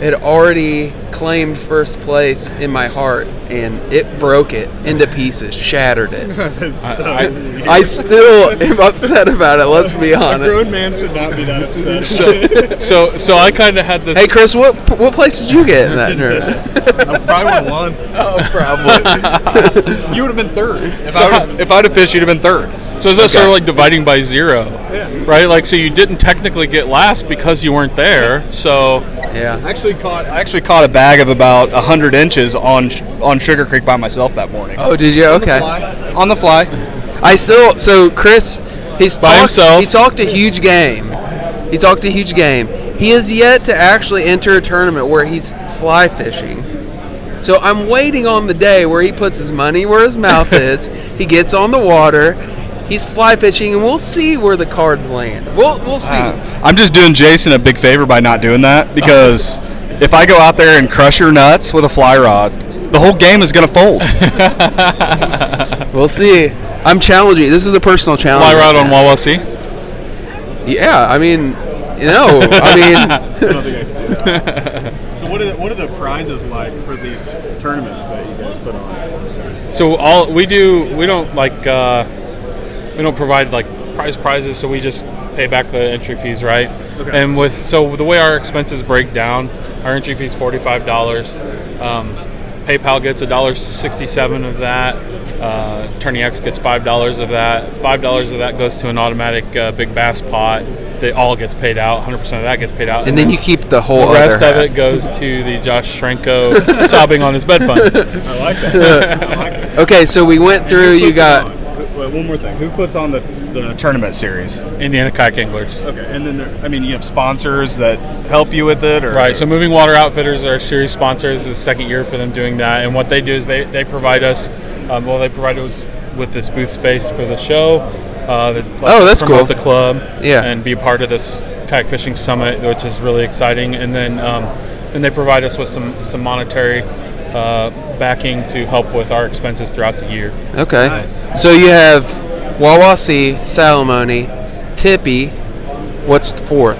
Speaker 3: had already claimed first place in my heart, and it broke it into pieces, shattered it.
Speaker 6: I,
Speaker 3: I still am upset about it. Let's be honest.
Speaker 7: Grown man should not be that upset.
Speaker 6: so, so so I kind of had this.
Speaker 3: Hey Chris, what what place did you get in that
Speaker 7: Didn't
Speaker 3: tournament?
Speaker 7: I probably would have won.
Speaker 3: Oh, probably.
Speaker 7: You would have been third.
Speaker 4: If I would've- if I'd have fished, you'd have been third.
Speaker 6: so is that sort of like dividing by zero,
Speaker 7: Yeah.
Speaker 6: right? Like so you didn't technically get last because you weren't there. So
Speaker 3: yeah.
Speaker 7: I actually caught.
Speaker 4: I actually caught a bag of about hundred inches on Sh- on Sugar Creek by myself that morning.
Speaker 3: Oh, did you? Okay.
Speaker 4: On the fly.
Speaker 3: I still so Chris, he's
Speaker 6: By
Speaker 3: talked,
Speaker 6: himself.
Speaker 3: He talked a huge game. He talked a huge game. He has yet to actually enter a tournament where he's fly fishing. So I'm waiting on the day where he puts his money where his mouth is. He gets on the water. He's fly fishing, and we'll see where the cards land. We'll we'll see.
Speaker 6: Ah.
Speaker 4: I'm just doing Jason a big favor by not doing that because if I go out there and crush your nuts with a fly rod, the whole game is gonna fold.
Speaker 3: We'll see. I'm challenging. This is a personal challenge.
Speaker 6: fly rod
Speaker 3: right
Speaker 6: on
Speaker 3: now.
Speaker 6: Wawa Sea.
Speaker 3: Yeah, I mean, no, I mean.
Speaker 7: So what is, what
Speaker 4: what are the prizes like for these tournaments that you guys put on?
Speaker 6: So all we do, we don't like uh, we don't provide like prize prizes, so we just pay back the entry fees, right?
Speaker 4: Okay.
Speaker 6: And with so the way our expenses break down, our entry fees forty five dollars. Um, PayPal gets a dollar sixty seven of that. Uh, Attorney X gets five dollars of that. Five dollars of that goes to an automatic uh, big bass pot. That all gets paid out. Hundred percent of that gets paid out.
Speaker 3: And then you keep the whole
Speaker 6: the
Speaker 3: other
Speaker 6: rest of
Speaker 3: half.
Speaker 6: it goes to the Josh Shrenko sobbing on his bed fund.
Speaker 4: I like that. I like that.
Speaker 3: Okay, so we went through. You
Speaker 4: Who puts
Speaker 3: got
Speaker 4: on- who- wait, one more thing. Who puts on the, the tournament series?
Speaker 6: Indiana kayak anglers.
Speaker 4: Okay, and then there, I mean you have sponsors that help you with it, or
Speaker 6: Right. So Moving Water Outfitters are series sponsors. This is the second year for them doing that, and what they do is they, they provide us, um, well, they provide us with this booth space for the show. Uh, that lets
Speaker 3: Oh,
Speaker 6: us
Speaker 3: that's
Speaker 6: promote
Speaker 3: cool.
Speaker 6: The club,
Speaker 3: Yeah.
Speaker 6: and be a part of this kayak fishing summit, which is really exciting. And then um, then they provide us with some some monetary uh, backing to help with our expenses throughout the year.
Speaker 3: okay. So you have Wawasi, Salamone, Tippy. What's the fourth?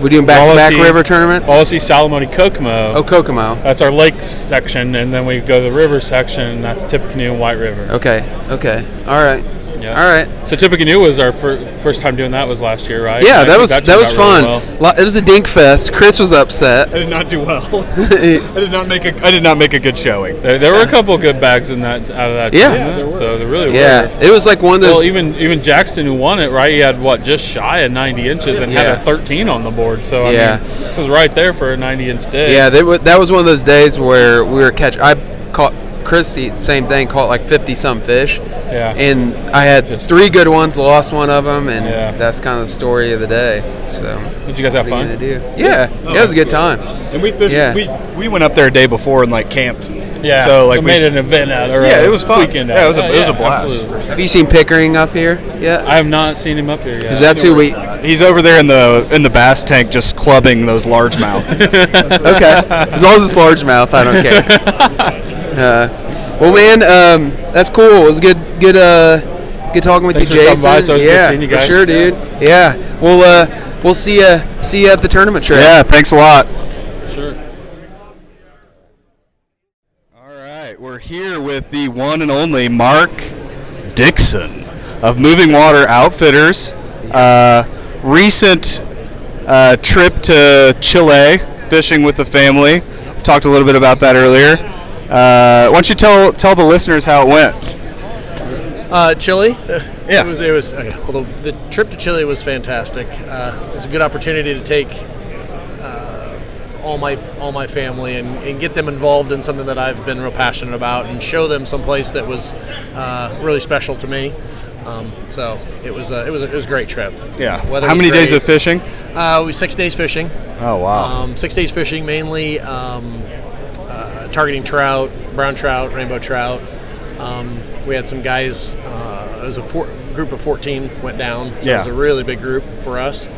Speaker 3: We're doing back to back
Speaker 6: Wawasee-
Speaker 3: river tournaments.
Speaker 6: Policy Salamone Kokomo.
Speaker 3: Oh, Kokomo.
Speaker 6: That's our lake section, and then we go to the river section, and that's Tippecanoe and White River.
Speaker 3: Okay. Okay. All right.
Speaker 6: Yeah.
Speaker 3: All right.
Speaker 6: So Tippecanoe was our fir- first time doing that was last year, right?
Speaker 3: Yeah,
Speaker 6: And I
Speaker 3: that was
Speaker 6: think
Speaker 3: that,
Speaker 6: turned
Speaker 3: was fun.
Speaker 6: out really well.
Speaker 3: Lo- It was a dink fest. Chris was upset.
Speaker 4: I did not do well.
Speaker 3: yeah,
Speaker 4: I did not make a I did not make a good showing.
Speaker 6: There, there were a couple good bags in that out of that.
Speaker 3: Yeah.
Speaker 6: tournament,
Speaker 4: Yeah, there were.
Speaker 6: so there really were.
Speaker 3: it was like one of those.
Speaker 6: Well, even even Jackson who won it, right? He had what just shy of 90 inches and had
Speaker 3: Yeah.
Speaker 6: a 13 on the board. So I
Speaker 3: Yeah.
Speaker 6: mean, it was right there for a 90 inch day.
Speaker 3: Yeah, that was, that was one of those days where we were catch. I caught Chris the same thing, caught like fifty some fish.
Speaker 6: Yeah.
Speaker 3: And I had
Speaker 6: Just-
Speaker 3: three good ones, lost one of them, and
Speaker 6: Yeah.
Speaker 3: that's kind of the story of the day. So.
Speaker 6: Did you guys have
Speaker 3: what are you
Speaker 6: fun? Oh,
Speaker 3: gonna do? Yeah, yeah, it was a good time.
Speaker 4: And we fished,
Speaker 3: Yeah.
Speaker 4: we we went up there a day before and like camped.
Speaker 6: Yeah.
Speaker 4: So like we-
Speaker 6: made an event out of it. or
Speaker 4: Yeah,
Speaker 6: a
Speaker 4: it was fun.
Speaker 6: Weekend out
Speaker 4: Yeah, it was
Speaker 6: of
Speaker 4: a- it was a blast.
Speaker 6: absolutely.
Speaker 3: Have you seen Pickering up here yet?
Speaker 6: I have not seen him up here yet.
Speaker 3: Is that who we?
Speaker 4: He's over there in the in the bass tank just clubbing those largemouth.
Speaker 3: Okay, as long as it's largemouth, I don't care. Uh, well, man, um, that's cool. It was good, good, uh, good talking with
Speaker 6: Thanks
Speaker 3: you,
Speaker 6: for
Speaker 3: Jason.
Speaker 6: stopping by. It's always good
Speaker 3: yeah,
Speaker 6: seeing you
Speaker 3: for
Speaker 6: guys.
Speaker 3: sure, dude. Yeah, we'll uh, we'll see you see you at the tournament trip.
Speaker 4: yeah, thanks a lot.
Speaker 6: Sure.
Speaker 4: All right, we're here with the one and only Mark Dixon of Moving Water Outfitters. Uh, recent uh, trip to Chile fishing with the family. Talked a little bit about that earlier. Uh, why don't you tell tell the listeners how it went?
Speaker 8: Uh, Chile.
Speaker 4: Yeah.
Speaker 8: It was. It was okay, although the trip to Chile was fantastic. Uh, it was a good opportunity to take uh, all my all my family and, and get them involved in something that I've been real passionate about and show them someplace that was uh, really special to me. Um, so it was a, it was a, it was a great trip.
Speaker 4: Yeah.
Speaker 8: Weather
Speaker 4: how
Speaker 8: was
Speaker 4: many days
Speaker 8: great.
Speaker 4: of fishing?
Speaker 8: Uh, we six days fishing.
Speaker 4: Oh wow.
Speaker 8: Um, six days fishing, mainly um, uh, targeting trout, brown trout, rainbow trout. Um, we had some guys. Uh, it was a four, group of 14 went down, so
Speaker 4: Yeah.
Speaker 8: it was a really big group for us.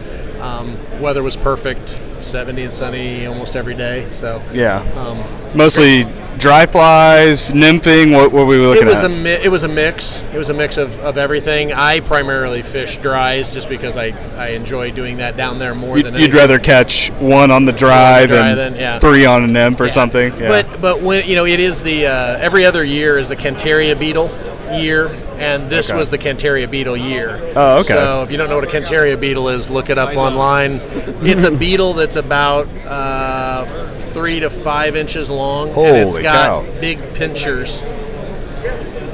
Speaker 8: Um, weather was perfect, 70 and sunny almost every day. So
Speaker 4: yeah.
Speaker 8: Um,
Speaker 4: Mostly dry flies, nymphing. What, what were we looking
Speaker 8: it was
Speaker 4: at?
Speaker 8: a mi- it was a mix. It was a mix of, of everything. I primarily fish dries just because I, I enjoy doing that down there more
Speaker 4: You'd,
Speaker 8: than
Speaker 4: you'd
Speaker 8: anything.
Speaker 4: rather catch one on the dry,
Speaker 8: dry
Speaker 4: than,
Speaker 8: than- yeah.
Speaker 4: three on a nymph or
Speaker 8: Yeah.
Speaker 4: something. Yeah.
Speaker 8: But but when you know it is the uh, every other year is the Cantaria beetle year, and this
Speaker 4: Okay.
Speaker 8: was the Cantaria beetle year.
Speaker 4: Oh, okay.
Speaker 8: So if you don't know what a Cantaria beetle is, look it up online. It's a beetle that's about uh, three to five inches long, and it's
Speaker 4: Holy
Speaker 8: got
Speaker 4: cow.
Speaker 8: big pinchers.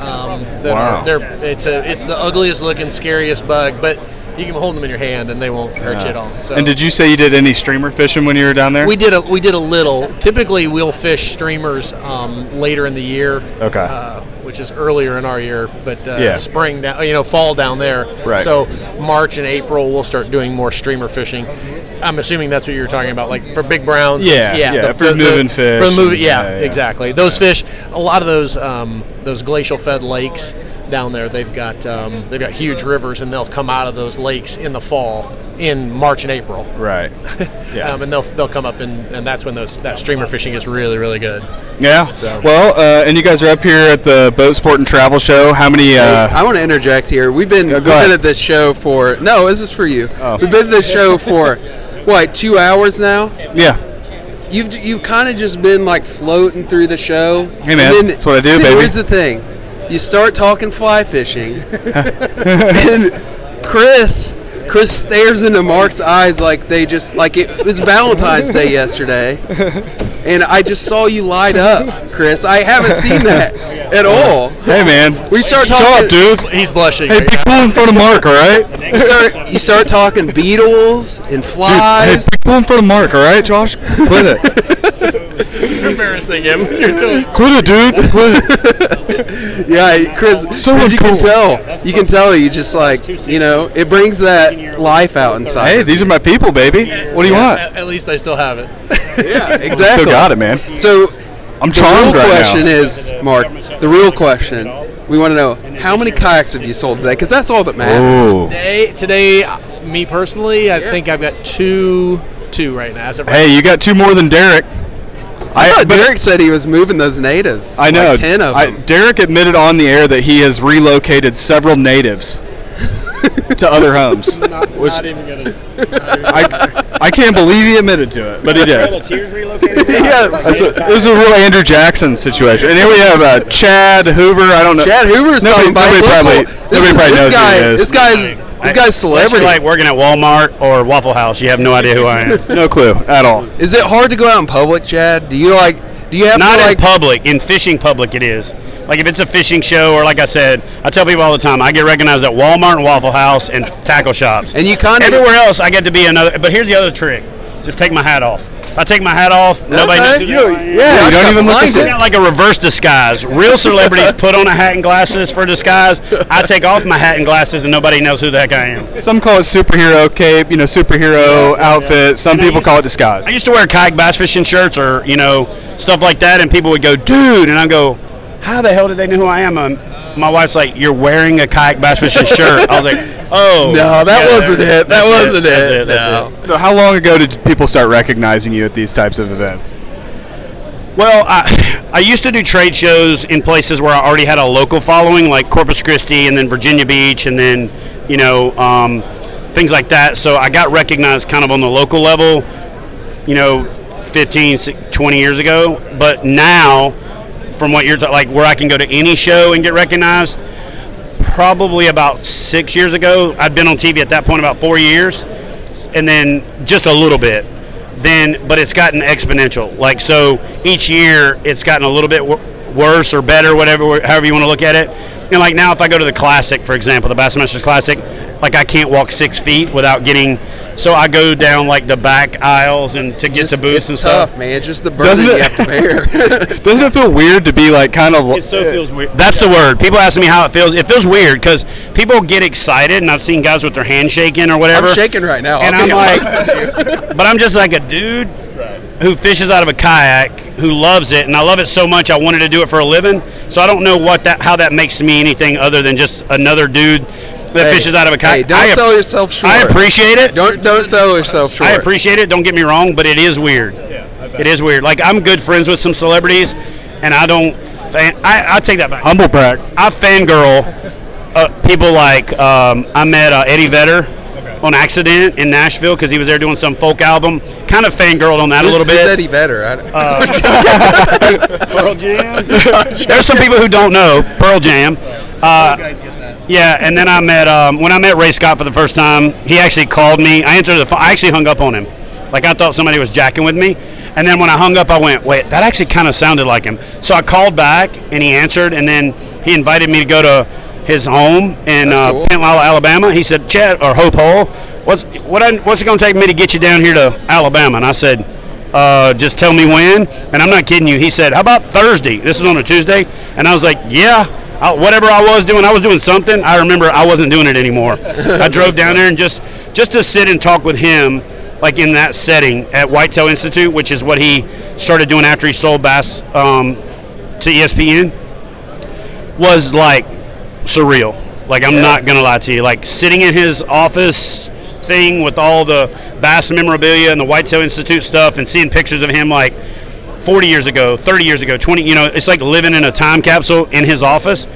Speaker 8: Um, that
Speaker 4: Wow.
Speaker 8: are, they're, it's a it's the ugliest looking, scariest bug, but you can hold them in your hand and they won't hurt you at all. So
Speaker 4: and did you say you did any streamer fishing when you were down there?
Speaker 8: we did a we did a little. Typically, we'll fish streamers um, later in the year.
Speaker 4: Okay.
Speaker 8: Uh, which is earlier in our year, but uh,
Speaker 4: Yeah.
Speaker 8: spring down, you know, fall down there.
Speaker 4: Right.
Speaker 8: So March and April, we'll start doing more streamer fishing. I'm assuming that's what you were talking about, like for big browns.
Speaker 4: Yeah, yeah, for moving fish
Speaker 8: For the moving,
Speaker 4: and-
Speaker 8: yeah,
Speaker 4: yeah, yeah.
Speaker 8: exactly. Those fish, a lot of those um, those glacial fed lakes down there, they've got um, they've got huge rivers, and they'll come out of those lakes in the fall, in March and April.
Speaker 4: Right. Yeah.
Speaker 8: Um, and they'll they'll come up and, and that's when those that streamer fishing is really really good.
Speaker 4: yeah. Well, uh, and you guys are up here at the Boat Sport and Travel Show. How many? Uh,
Speaker 3: I want to interject here. We've been, we've
Speaker 4: ahead.
Speaker 3: been at this show for no, this is for you.
Speaker 4: Oh.
Speaker 3: We've been at this show for what two hours now,
Speaker 4: yeah.
Speaker 3: You've you kind of just been like floating through the show.
Speaker 4: Hey, man,
Speaker 3: And
Speaker 4: that's what I do,
Speaker 3: then
Speaker 4: baby.
Speaker 3: Here's the thing: you start talking fly fishing, and Chris Chris stares into Mark's eyes like they just like it was Valentine's Day yesterday, and I just saw you light up, Chris. I haven't seen that at all.
Speaker 4: Hey, man.
Speaker 3: We start talking.
Speaker 4: Shut up, dude.
Speaker 8: He's blushing.
Speaker 4: Hey,
Speaker 8: right
Speaker 4: be
Speaker 8: now.
Speaker 4: cool in front of Mark, all right? Dude,
Speaker 3: You start, you start talking beetles and
Speaker 4: hey,
Speaker 3: flies.
Speaker 4: be cool in front of Mark, all right, Josh? Quit it.
Speaker 8: You're embarrassing him. You're doing
Speaker 4: Quit it, dude. Quit it.
Speaker 3: Yeah, Chris.
Speaker 4: So
Speaker 3: but you can
Speaker 4: uncool.
Speaker 3: tell. You can tell. You just like you know. It brings that life out inside.
Speaker 4: Hey, these are my people, baby. What do you
Speaker 8: Yeah,
Speaker 4: want?
Speaker 8: At, at least I still have it.
Speaker 3: yeah, exactly.
Speaker 4: Still got it, man.
Speaker 3: So
Speaker 4: I'm
Speaker 3: the real
Speaker 4: charmed right
Speaker 3: question
Speaker 4: now.
Speaker 3: is, Mark. The real question we want to know: How many kayaks have you sold today? Because that's all that matters.
Speaker 4: Ooh.
Speaker 8: Today, today, uh, me personally, I think I've got two, two right now. As of right
Speaker 4: Hey, you got two more than Derek.
Speaker 3: I thought
Speaker 4: but-
Speaker 3: Derek said he was moving those natives.
Speaker 4: I know.
Speaker 3: like ten of
Speaker 4: I,
Speaker 3: them.
Speaker 4: Derek admitted on the air that he has relocated several natives to other homes.
Speaker 8: Not, not even gonna.
Speaker 4: I, I can't believe he admitted to it, but he did.
Speaker 9: Tears relocated.
Speaker 4: yeah, that's a, this is a real Andrew Jackson situation. And here we have uh, Chad Hoover. I don't know.
Speaker 3: Chad Hoover's talking
Speaker 4: nobody,
Speaker 3: about
Speaker 4: nobody
Speaker 3: local-
Speaker 4: probably,
Speaker 3: this
Speaker 4: nobody
Speaker 3: is-
Speaker 4: probably
Speaker 3: this
Speaker 4: knows
Speaker 3: guy,
Speaker 4: who he is.
Speaker 3: This guy's this guy's celebrity.
Speaker 9: like working at Walmart or Waffle House. You have no idea who I am.
Speaker 4: no clue at all.
Speaker 3: Is it hard to go out in public, Chad? Do you like? Do you have
Speaker 9: Not
Speaker 3: to
Speaker 9: in
Speaker 3: like?
Speaker 9: public. In fishing public, it is. Like if it's a fishing show, or like I said, I tell people all the time, I get recognized at Walmart and Waffle House and tackle shops.
Speaker 3: and you kind of
Speaker 9: Everywhere else, I get to be another. But here's the other trick: just take my hat off. If I take my hat off. Nobody knows.
Speaker 3: Okay.
Speaker 9: who the
Speaker 3: You-
Speaker 9: hell I am.
Speaker 4: Yeah, you
Speaker 3: I
Speaker 4: don't
Speaker 3: got
Speaker 4: even look the
Speaker 9: I
Speaker 4: same.
Speaker 9: got like a reverse disguise. Real celebrities put on a hat and glasses for disguise. I take off my hat and glasses, and nobody knows who the heck I am.
Speaker 4: Some call it superhero cape, you know, superhero outfit. Some
Speaker 9: And I
Speaker 4: people
Speaker 9: used-
Speaker 4: call it disguise.
Speaker 9: I used to wear kayak bass fishing shirts or you know stuff like that, and people would go, "Dude," and I go, "How the hell did they know who I am?" Um my wife's like, "You're wearing a kayak bass fishing shirt." I was like, "Oh,
Speaker 3: No, that
Speaker 9: yeah,
Speaker 3: wasn't
Speaker 9: there-
Speaker 3: it. That
Speaker 9: that's
Speaker 3: wasn't it.
Speaker 9: That's it. That's
Speaker 3: no.
Speaker 9: it.
Speaker 4: So, how long ago did people start recognizing you at these types of events?
Speaker 9: Well, I, I used to do trade shows in places where I already had a local following, like Corpus Christi and then Virginia Beach, and then, you know, um, things like that. So I got recognized kind of on the local level, you know, 15, si- 20 years ago. But now, from what you're ta- like, where I can go to any show and get recognized, probably about six years ago. I'd been on TV at that point about four years, and then just a little bit. Then, but it's gotten exponential. Like so, each year it's gotten a little bit wor- worse or better, whatever, however you want to look at it. And like now, if I go to the classic, for example, the Bassmasters Classic, like I can't walk six feet without getting. So I go down like the back aisles and to get
Speaker 3: Just-
Speaker 9: to booths and
Speaker 3: it's
Speaker 9: stuff.
Speaker 3: tough, man. It's just the burden
Speaker 4: Doesn't
Speaker 3: you
Speaker 4: it-
Speaker 3: have to bear.
Speaker 4: Doesn't it feel weird to be like kind of
Speaker 9: It so feels weird. That's the word. People ask me how it feels. It feels weird because people get excited, and I've seen guys with their hand shaking or whatever.
Speaker 3: I'm shaking right now.
Speaker 9: and
Speaker 3: I'll
Speaker 9: I'm
Speaker 3: be
Speaker 9: like,
Speaker 3: honest.
Speaker 9: but I'm just like a dude who fishes out of a kayak who loves it, and I love it so much I wanted to do it for a living. So I don't know what that how that makes me anything other than just another dude that
Speaker 3: Hey,
Speaker 9: fishes out of a
Speaker 3: hey,
Speaker 9: kayak.
Speaker 3: don't
Speaker 9: I, ap-
Speaker 3: sell yourself short.
Speaker 9: I appreciate it.
Speaker 3: Don't don't sell yourself short.
Speaker 9: I appreciate it. Don't get me wrong, but it is weird. Yeah, it is weird. Like I'm good friends with some celebrities, and I don't. Fan- I, I take that back.
Speaker 4: humble brag?
Speaker 9: I fangirl uh, people like um, I met uh, Eddie Vedder on accident in Nashville because he was there doing some folk album. Kind of fangirled on that a little
Speaker 3: Who's
Speaker 9: bit. Uh,
Speaker 3: Eddie Vedder? I don't-
Speaker 9: There's some people who don't know Pearl Jam. Uh, Yeah, and then I met um, when I met Ray Scott for the first time. He actually called me. I answered the phone. I actually hung up on him. Like I thought somebody was jacking with me, and then when I hung up, I went, "Wait, that actually kind of sounded like him." So I called back, and he answered, and then he invited me to go to his home in uh,
Speaker 3: cool.
Speaker 9: Pensacola, Alabama. He said, "Chad or Hope Hole, what's what? I, what's it going to take me to get you down here to Alabama?" And I said, uh, "Just tell me when." And I'm not kidding you. He said, "How about Thursday?" This is on a Tuesday, and I was like, "Yeah." I, whatever I was doing, I was doing something. I remember I wasn't doing it anymore. I drove down there and just just to sit and talk with him, like in that setting at Whitetail Institute, which is what he started doing after he sold bass um, to ESPN was like surreal. Like I'm not gonna lie to you. Like sitting in his office thing with all the bass memorabilia and the Whitetail Institute stuff, and seeing pictures of him like 40 years ago, 30 years ago, 20. You know, it's like living in a time capsule in his office.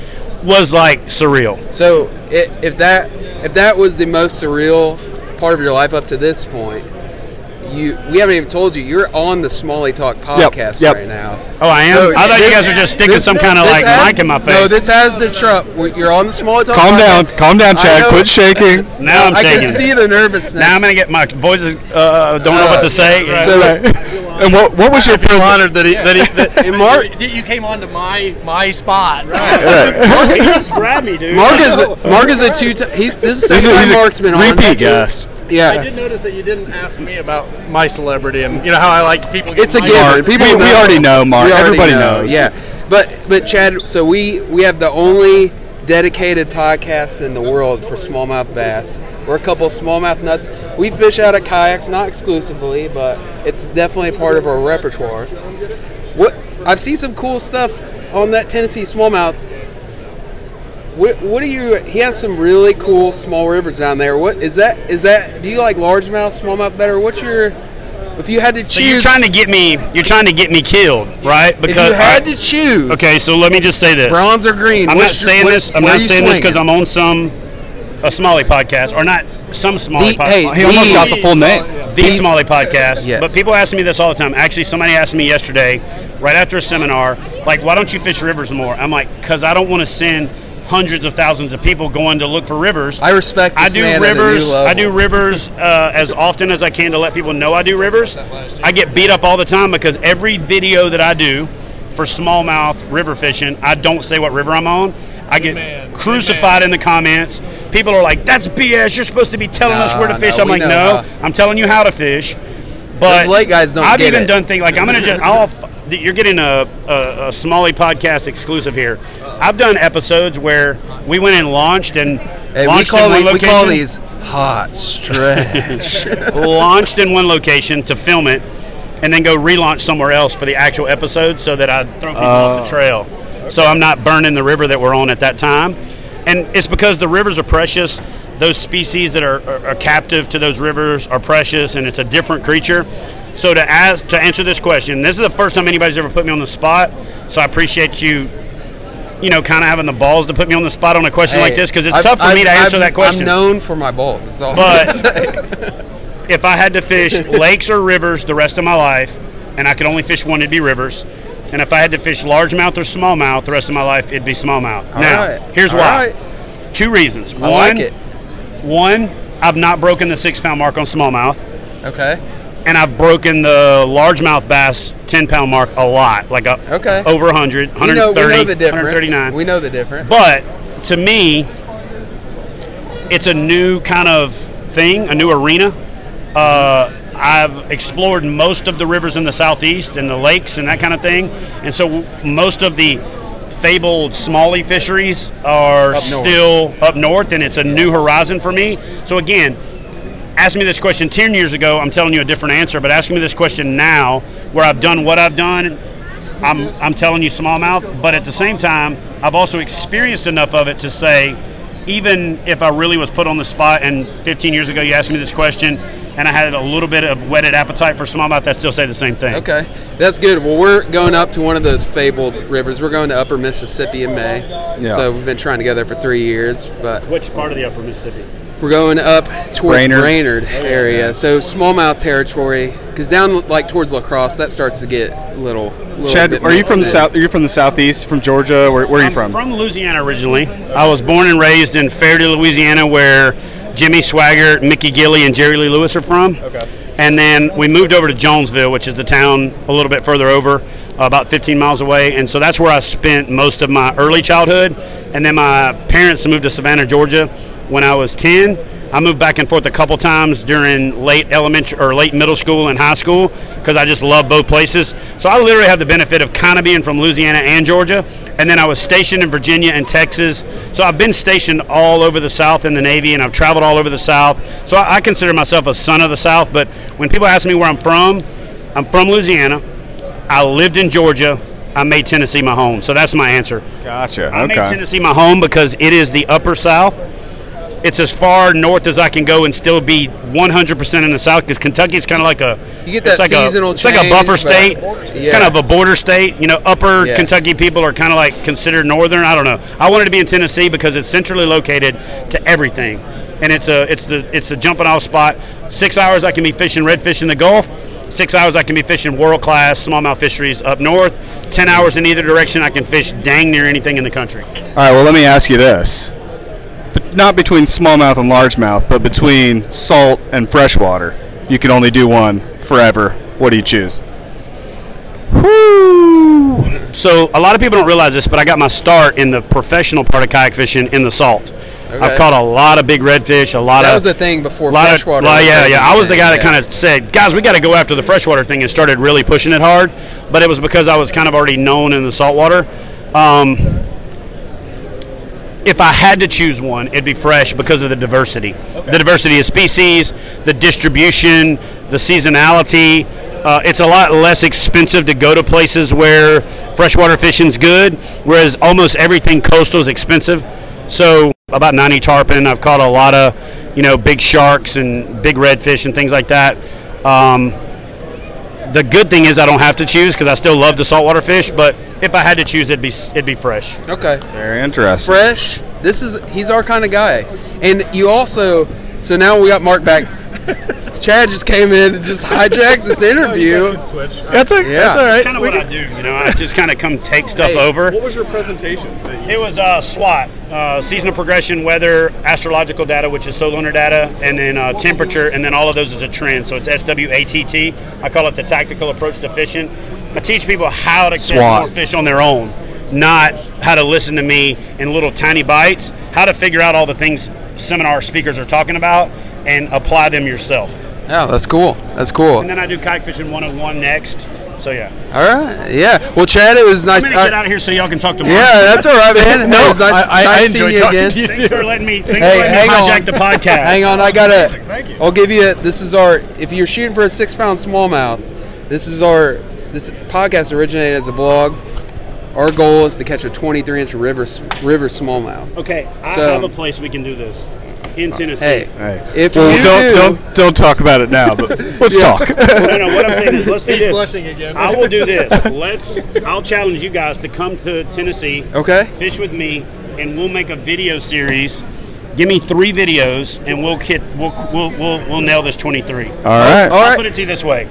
Speaker 9: Was like surreal.
Speaker 3: so i if that if that was the most surreal part of your life up to this point, you we haven't even told you you're on the Smalley Talk podcast
Speaker 4: yep.
Speaker 3: right now.
Speaker 9: Oh, I am.
Speaker 3: So
Speaker 9: I thought you
Speaker 3: this-
Speaker 9: guys were just sticking some kind of
Speaker 3: this
Speaker 9: like
Speaker 3: has-
Speaker 9: mic in my face.
Speaker 3: No, this has the Trump. we- You're on the Smalley Talk.
Speaker 4: Calm down,
Speaker 3: podcast.
Speaker 4: calm down,
Speaker 3: I
Speaker 4: Chad.
Speaker 3: know.
Speaker 4: Quit shaking.
Speaker 9: now I'm
Speaker 3: I
Speaker 9: shaking.
Speaker 3: can see the nervousness.
Speaker 9: now I'm gonna get my voices. Uh, don't know what to say.
Speaker 3: so-
Speaker 4: and what what was your
Speaker 9: I'm
Speaker 4: feeling?
Speaker 9: honored that he. That he that,
Speaker 3: and Mark,
Speaker 8: You- You came onto my my spot.
Speaker 9: he just grabbed me, dude.
Speaker 3: Mark is Mark is a two. T- he's this is the
Speaker 4: He's
Speaker 3: second
Speaker 4: a-
Speaker 3: time
Speaker 4: he's a
Speaker 3: Mark's been on.
Speaker 4: repeat guest.
Speaker 8: I
Speaker 3: Yeah,
Speaker 8: did notice that you didn't ask me about my celebrity and you know how I like people.
Speaker 3: it's a
Speaker 8: my-
Speaker 3: given.
Speaker 4: Mark,
Speaker 3: People
Speaker 4: we- we already know, Mark.
Speaker 3: We already
Speaker 4: Everybody
Speaker 3: know,
Speaker 4: knows.
Speaker 3: Yeah, but but Chad, so we we have the only dedicated podcasts in the world for smallmouth bass. We're a couple smallmouth nuts. We fish out of kayaks, not exclusively, but it's definitely a part of our repertoire. What I've seen some cool stuff on that Tennessee smallmouth. What, what do you? He has some really cool small rivers down there. What is that? Is that? Do you like largemouth, smallmouth better? What's your? If you had to choose,
Speaker 9: So you're trying to get me. You're trying to get me killed, right?
Speaker 3: if you had
Speaker 9: all
Speaker 3: to choose,
Speaker 9: right, okay, so let me just say this.
Speaker 3: bronze or green.
Speaker 9: I'm
Speaker 3: which-
Speaker 9: not saying
Speaker 3: what-
Speaker 9: this. I'm
Speaker 3: where
Speaker 9: not
Speaker 3: are you
Speaker 9: saying this because
Speaker 3: swinging?
Speaker 9: I'm on some a Smalley podcast or not some Smalley
Speaker 3: The- hey,
Speaker 9: podcast.
Speaker 4: He almost
Speaker 3: the-
Speaker 4: got the full name.
Speaker 9: the Smalley podcast.
Speaker 3: Yes.
Speaker 9: But people ask me this all the time. Actually, somebody asked me yesterday, right after a seminar, like, why don't you fish rivers more? I'm like, because I don't want to send hundreds of thousands of people going to look for rivers.
Speaker 3: I respect. This
Speaker 9: I do
Speaker 3: man at a new
Speaker 9: rivers.
Speaker 3: level.
Speaker 9: I do rivers uh, as often as I can to let people know I do rivers. I get beat up all the time because every video that I do for smallmouth river fishing, I don't say what river I'm on. I get crucified in the comments. People are like, "That's BS. You're supposed to be telling us where to
Speaker 3: Nah,
Speaker 9: fish."
Speaker 3: nah,
Speaker 9: I'm
Speaker 3: we
Speaker 9: like,
Speaker 3: know,
Speaker 9: "No,
Speaker 3: huh?"
Speaker 9: I'm telling you how to fish." But
Speaker 3: Those late guys don't
Speaker 9: I've
Speaker 3: get
Speaker 9: even
Speaker 3: it.
Speaker 9: done things like I'm gonna just. I'll, you're getting a, a, a Smalley podcast exclusive here. I've done episodes where we went and launched and
Speaker 3: Hey, we
Speaker 9: launched in
Speaker 3: call
Speaker 9: one
Speaker 3: these. We call
Speaker 9: location
Speaker 3: these hot stretch.
Speaker 9: launched in one location to film it and then go relaunch somewhere else for the actual episode so that I throw people off the
Speaker 3: Oh.
Speaker 9: trail. So I'm not burning the river that we're on at that time. And it's because the rivers are precious. Those species that are, are, are captive to those rivers are precious and it's a different creature. So to ask to answer this question, this is the first time anybody's ever put me on the spot. So I appreciate you you know, kind of having the balls to put me on the spot on a question like
Speaker 3: Hey,
Speaker 9: this because it's
Speaker 3: I've-
Speaker 9: tough for me
Speaker 3: I've-
Speaker 9: to answer
Speaker 3: I've-
Speaker 9: that question.
Speaker 3: I'm known for my balls. That's all. I'm
Speaker 9: But-
Speaker 3: gonna say.
Speaker 9: if I had to fish lakes or rivers the rest of my life, and I could only fish one, it'd be rivers. And if I had to fish largemouth or smallmouth the rest of my life, it'd be smallmouth.
Speaker 3: All
Speaker 9: now,
Speaker 3: right.
Speaker 9: here's
Speaker 3: All
Speaker 9: why.
Speaker 3: right.
Speaker 9: Two reasons.
Speaker 3: I
Speaker 9: One,
Speaker 3: like it.
Speaker 9: one, I've not broken the six pound mark on smallmouth,
Speaker 3: Okay.
Speaker 9: and I've broken the largemouth bass 10 pound mark a lot, like a,
Speaker 3: Okay.
Speaker 9: over 100,
Speaker 3: We know,
Speaker 9: 130,
Speaker 3: we know the difference.
Speaker 9: 139.
Speaker 3: We know the difference.
Speaker 9: But to me, it's a new kind of thing, a new arena. Uh, I've explored most of the rivers in the southeast and the lakes and that kind of thing, and so most of the fabled Smalley fisheries are
Speaker 3: Up north.
Speaker 9: still up north, and it's a new horizon for me. So again, ask me this question 10 years ago, I'm telling you a different answer, but asking me this question now, where I've done what I've done, I'm, I'm telling you smallmouth, but at the same time, I've also experienced enough of it to say, even if I really was put on the spot and 15 years ago you asked me this question and I had a little bit of whetted appetite for smallmouth, I'd still say the same thing.
Speaker 3: Okay, that's good. Well, we're going up to one of those fabled rivers. We're going to Upper Mississippi in May.
Speaker 4: Yeah.
Speaker 3: So we've been trying to go there for three years, but
Speaker 9: Which part of the upper Mississippi?
Speaker 3: we're going up towards
Speaker 4: Brainerd.
Speaker 3: Brainerd, area. So smallmouth territory, because down like towards Lacrosse, that starts to get little. little
Speaker 4: Chad,
Speaker 3: bit
Speaker 4: are you from the
Speaker 3: mixed in.
Speaker 4: south? Are you from the southeast? From Georgia? Where, where are you
Speaker 9: I'm
Speaker 4: from?
Speaker 9: from Louisiana originally. I was born and raised in Fairview, Louisiana, where Jimmy Swagger, Mickey Gilly, and Jerry Lee Lewis are from. Okay. And then we moved over to Jonesville, which is the town a little bit further over, about 15 miles away. And so that's where I spent most of my early childhood. And then my parents moved to Savannah, Georgia, when I was 10. I moved back and forth a couple times during late elementary or late middle school and high school because I just love both places. So I literally have the benefit of kind of being from Louisiana and Georgia. And then I was stationed in Virginia and Texas. So I've been stationed all over the South in the Navy and I've traveled all over the South. So I, I consider myself a son of the South. But when people ask me where I'm from, I'm from Louisiana. I lived in Georgia. I made Tennessee my home. So that's my answer.
Speaker 4: Gotcha.
Speaker 9: I made
Speaker 4: Okay.
Speaker 9: Tennessee my home because it is the upper South. It's as far north as I can go and still be 100% in the South because Kentucky is kind of like a
Speaker 3: You get that
Speaker 9: it's like
Speaker 3: seasonal
Speaker 9: a, it's like a
Speaker 3: change,
Speaker 9: buffer
Speaker 3: but-
Speaker 9: state,
Speaker 3: Yeah.
Speaker 9: kind of a border state. You know, upper
Speaker 3: Yeah.
Speaker 9: Kentucky people are kind of like considered northern. I don't know. I wanted to be in Tennessee because it's centrally located to everything. and it's a it's the it's a jumping off spot. Six hours I can be fishing redfish in the Gulf. Six hours I can be fishing world class smallmouth fisheries up north. Ten hours in either direction I can fish dang near anything in the country.
Speaker 4: All right, well, let me ask you this. But not between smallmouth and largemouth, but between salt and freshwater. You can only do one forever. What do you choose?
Speaker 9: So a lot of people don't realize this, but I got my start in the professional part of kayak fishing in the salt.
Speaker 3: Okay.
Speaker 9: I've caught a lot of big redfish, a lot
Speaker 3: That
Speaker 9: of
Speaker 3: was the thing before
Speaker 9: lot of-
Speaker 3: freshwater.
Speaker 9: lot-
Speaker 3: was
Speaker 9: yeah, yeah. I was the
Speaker 3: everything,
Speaker 9: guy that
Speaker 3: yeah.
Speaker 9: kind of said, guys, we got to go after the freshwater thing and started really pushing it hard. But it was because I was kind of already known in the saltwater. Um, if I had to choose one, it'd be fresh because of the diversity. The diversity of species, the distribution, the seasonality. Uh, it's a lot less expensive to go to places where freshwater fishing's good, whereas almost everything coastal is expensive. So about 90 tarpon, I've caught a lot of, you know, big sharks and big redfish and things like that. Um, the good thing is I don't have to choose because I still love the saltwater fish. But if I had to choose, it'd be s- it'd be fresh.
Speaker 3: Okay.
Speaker 4: Very interesting.
Speaker 3: fresh. This is he's our kind of guy. And you also so now we got Mark back. Chad just came in and just hijacked
Speaker 9: Oh,
Speaker 3: this interview.
Speaker 4: That's, a,
Speaker 3: Yeah.
Speaker 4: that's all
Speaker 9: kind of
Speaker 4: right.
Speaker 9: what I do. You know, I just kind of come take stuff
Speaker 3: Hey,
Speaker 9: over.
Speaker 7: What was your presentation? that you-
Speaker 9: It was uh, SWAT, uh, seasonal progression, weather, astrological data, which is solar data, and then uh, temperature, and then all of those is a trend. So it's SWATT. I call it the tactical approach to fishing. I teach people how to catch
Speaker 4: SWAT.
Speaker 9: more fish on their own, not how to listen to me in little tiny bites, how to figure out all the things seminar speakers are talking about and apply them yourself.
Speaker 3: Yeah, that's cool. That's
Speaker 9: And
Speaker 3: cool.
Speaker 9: then I do kayak fishing 101 next. So yeah.
Speaker 3: All right. Yeah. Well, Chad, it was
Speaker 9: I'm
Speaker 3: nice.
Speaker 9: going to get
Speaker 3: uh,
Speaker 9: out of here so y'all can talk to Mark.
Speaker 3: yeah, that's all right, man. no, it was nice, nice seeing you again.
Speaker 9: Thanks for letting me, thanks
Speaker 3: Hey,
Speaker 9: for letting
Speaker 3: hang
Speaker 9: me hijack
Speaker 3: on.
Speaker 9: the podcast.
Speaker 3: Hang on, I gotta. I'll give you. This is our. If you're shooting for a six-pound smallmouth, this is our. This podcast originated as a blog. Our goal is to catch a 23-inch river s- river smallmouth.
Speaker 9: Okay, I
Speaker 3: So-
Speaker 9: have a place we can do this in Tennessee.
Speaker 3: Hey,
Speaker 4: Hey.
Speaker 3: if
Speaker 4: Well,
Speaker 3: you
Speaker 4: don't,
Speaker 3: do,
Speaker 4: don't don't talk about it now, but let's talk.
Speaker 9: No, no, what I'm saying is, let's do this.
Speaker 8: blushing again.
Speaker 9: I will do this. Let's. I'll challenge you guys to come to Tennessee,
Speaker 3: okay,
Speaker 9: fish with me, and we'll make a video series. Give me three videos, and we'll hit. We'll we'll we'll, we'll nail this 23.
Speaker 4: All right.
Speaker 3: all
Speaker 9: Put
Speaker 3: right,
Speaker 9: it to you this way.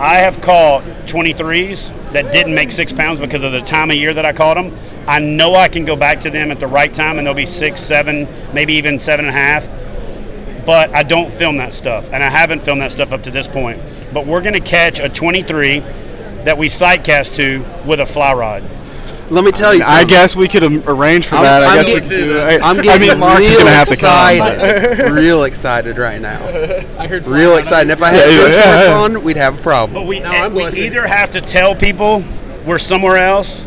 Speaker 9: I have caught 23s that didn't make six pounds because of the time of year that I caught them. I know I can go back to them at the right time and they'll be six, seven, maybe even seven and a half. But I don't film that stuff and I haven't filmed that stuff up to this point. But we're going to catch a 23 that we sight cast to with a fly rod.
Speaker 3: let me tell you.
Speaker 4: I
Speaker 3: Something.
Speaker 4: guess we could um, arrange for
Speaker 3: I'm-
Speaker 4: that.
Speaker 3: I'm
Speaker 4: I guess we
Speaker 3: getting-
Speaker 4: could do that. I-
Speaker 3: I'm getting
Speaker 4: I mean, Mark's
Speaker 3: real
Speaker 4: gonna have to come.
Speaker 3: excited, real excited right now.
Speaker 8: I heard
Speaker 3: Real excited. If I had
Speaker 4: Yeah,
Speaker 3: short
Speaker 4: yeah,
Speaker 3: shorts
Speaker 4: yeah.
Speaker 3: on, we'd have a problem.
Speaker 9: But we, eh,
Speaker 8: Now I'm
Speaker 9: we
Speaker 8: blushing.
Speaker 9: either have to tell people we're somewhere else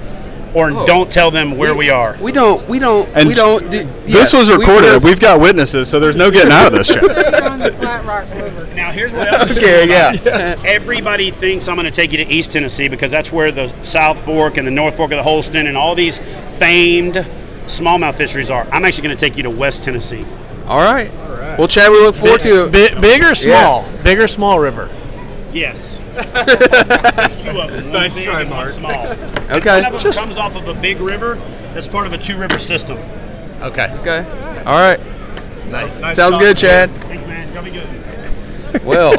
Speaker 9: or
Speaker 3: Oh.
Speaker 9: don't tell them where we are.
Speaker 3: We don't. We don't.
Speaker 4: And
Speaker 3: we don't. Do,
Speaker 4: This
Speaker 3: yeah,
Speaker 4: was
Speaker 3: we-
Speaker 4: recorded. We've got witnesses, so there's no getting out of this. Chad.
Speaker 9: Now here's what else. is
Speaker 3: Okay,
Speaker 9: weird about it.
Speaker 3: yeah.
Speaker 9: Everybody thinks I'm going to take you to East Tennessee because that's where the South Fork and the North Fork of the Holston and all these famed smallmouth fisheries are. I'm actually going to take you to West Tennessee.
Speaker 3: All right. Well, Chad, we look forward to it.
Speaker 8: Bi- big or small? Big or small river?
Speaker 9: Yes. There's two of them. One
Speaker 7: Nice
Speaker 9: big
Speaker 7: try,
Speaker 9: and one
Speaker 7: Mark.
Speaker 9: Small.
Speaker 3: Okay.
Speaker 9: One of them
Speaker 3: Just
Speaker 9: comes off of a big river. That's part of a two-river system.
Speaker 8: Okay.
Speaker 3: okay. All right.
Speaker 7: Nice.
Speaker 3: Sounds good, Chad.
Speaker 9: Thanks, man. Y'all be good.
Speaker 3: Well,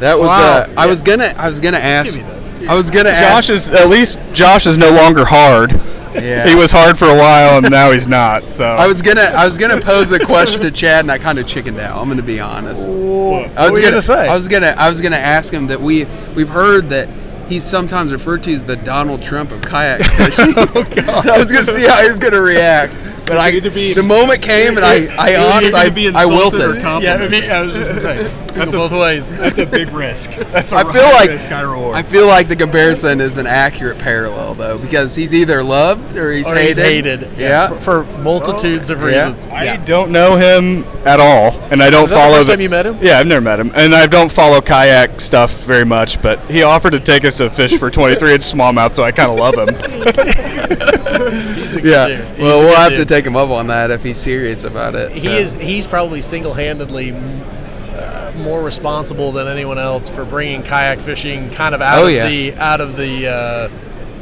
Speaker 3: that was.
Speaker 8: Wow.
Speaker 3: Uh, I was gonna. I was gonna ask. I was gonna
Speaker 4: Josh
Speaker 3: ask.
Speaker 4: is at least Josh is no longer hard.
Speaker 3: Yeah.
Speaker 4: He was hard for a while, and now he's not. So
Speaker 3: I was gonna. I was gonna pose the question to Chad, and I kind of chickened out. I'm gonna be honest. I was
Speaker 4: were you gonna say?
Speaker 3: I was gonna. I was gonna ask him that we we've heard that he's sometimes referred to as the Donald Trump of kayak
Speaker 4: Oh,
Speaker 3: fishing. I was gonna see how he was gonna react, but I
Speaker 7: either be-
Speaker 3: the moment came and I I honest, I, I wilted.
Speaker 7: Yeah, I, mean, I was just gonna say that's a,
Speaker 8: both ways.
Speaker 7: that's a big risk. That's a
Speaker 3: I feel like-
Speaker 7: risk, high reward.
Speaker 3: I feel like the comparison is an accurate parallel though, because he's either loved or he's
Speaker 8: Or
Speaker 3: hated.
Speaker 8: he's hated.
Speaker 3: Yeah.
Speaker 8: For, for multitudes of
Speaker 3: Yeah.
Speaker 8: reasons.
Speaker 4: I don't know him at all, and I don't
Speaker 8: that the
Speaker 4: follow.
Speaker 8: first time you met him?
Speaker 4: Yeah, I've never met him, and I don't follow kayak stuff very much. But he offered to take us to fish for 23-inch smallmouth, so I kind of love him.
Speaker 3: yeah.
Speaker 8: dude. He's
Speaker 3: Well,
Speaker 8: a
Speaker 3: we'll
Speaker 8: good
Speaker 3: have to
Speaker 8: dude.
Speaker 3: take him up on that if he's serious about it. so.
Speaker 8: He is. He's probably single-handedly uh, more responsible than anyone else for bringing kayak fishing kind of out
Speaker 3: Oh,
Speaker 8: of
Speaker 3: yeah.
Speaker 8: the out of the uh,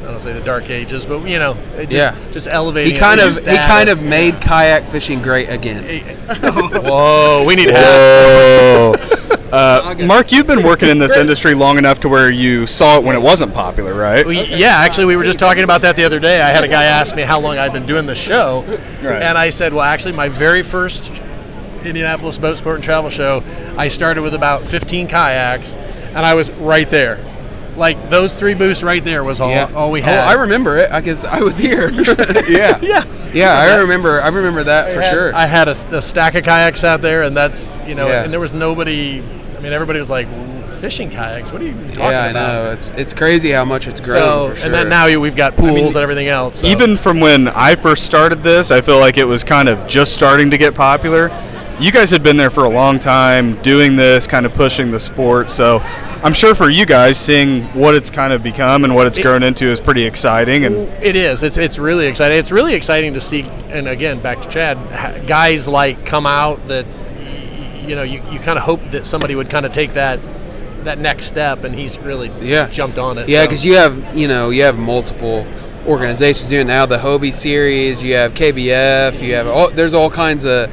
Speaker 8: I don't say the dark ages, but you know, it just,
Speaker 3: Yeah.
Speaker 8: just elevating.
Speaker 3: He
Speaker 8: it,
Speaker 3: kind
Speaker 8: his
Speaker 3: of he kind
Speaker 8: status.
Speaker 3: of made kayak fishing great again.
Speaker 8: Whoa, we need help.
Speaker 4: Whoa. Uh, Mark, you've been working in this industry long enough to where you saw it when it wasn't popular, right?
Speaker 8: We, Yeah, actually, we were just talking about that the other day. I had a guy ask me how long I'd been doing the show, and I said, "Well, actually, my very first Indianapolis Boat Sport and Travel Show, I started with about 15 kayaks, and I was right there. Like those three booths right there was all all we had.
Speaker 3: Oh, I remember it. I guess I was here.
Speaker 4: Yeah.
Speaker 8: yeah,
Speaker 3: yeah, I remember. I remember that for
Speaker 8: had-
Speaker 3: sure.
Speaker 8: I had a, s- a stack of kayaks out there, and that's you know,
Speaker 3: Yeah.
Speaker 8: and there was nobody. I mean, everybody was like, "Fishing kayaks? What are you even talking
Speaker 3: yeah, I
Speaker 8: about?"
Speaker 3: know. It's it's crazy how much it's grown.
Speaker 8: So,
Speaker 3: for
Speaker 8: and then
Speaker 3: sure.
Speaker 8: now you- we've got pools and everything else. so-
Speaker 4: Even from when I first started this, I feel like it was kind of just starting to get popular. You guys had been there for a long time doing this, kind of pushing the sport. So I'm sure for you guys, seeing what it's kind of become and what it's grown into is pretty exciting. And
Speaker 8: It is. It's it's really exciting. It's really exciting to see. And again, back to Chad, ha- guys like come out that y- you know you, you kind of hope that somebody would kind of take that that next step, and he's really
Speaker 3: Yeah.
Speaker 8: jumped on it.
Speaker 3: Yeah,
Speaker 8: so.
Speaker 3: because you have you know you have multiple organizations doing now the Hobie series. You have KBF. You have all, there's all kinds of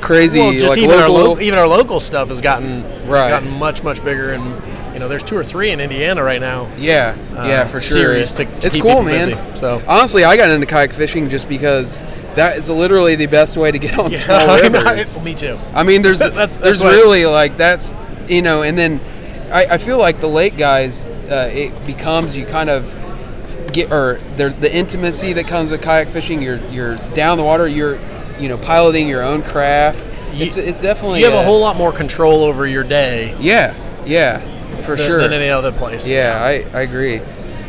Speaker 3: crazy
Speaker 8: well, just
Speaker 3: like
Speaker 8: even
Speaker 3: local.
Speaker 8: our lo- even our local stuff has gotten
Speaker 3: Right.
Speaker 8: gotten much much bigger, and you know there's two or three in Indiana right now.
Speaker 3: yeah,
Speaker 8: uh,
Speaker 3: yeah, for sure.
Speaker 8: series to- to
Speaker 3: it's
Speaker 8: keep
Speaker 3: cool,
Speaker 8: people busy,
Speaker 3: man.
Speaker 8: so.
Speaker 3: honestly, I got into kayak fishing just because that is literally the best way to get on small
Speaker 8: I
Speaker 3: rivers.
Speaker 8: know. me too.
Speaker 3: I mean, there's
Speaker 8: That's- that's
Speaker 3: there's
Speaker 8: what-
Speaker 3: really like that's you know, and then I, I feel like the lake guys, uh, it becomes you kind of get or there the intimacy that comes with kayak fishing. You're you're down the water. You're you know piloting your own craft.
Speaker 8: You-
Speaker 3: It's, it's definitely
Speaker 8: You have a whole lot more control over your day
Speaker 3: yeah yeah for
Speaker 8: than,
Speaker 3: sure
Speaker 8: than any other place.
Speaker 3: yeah I, I agree.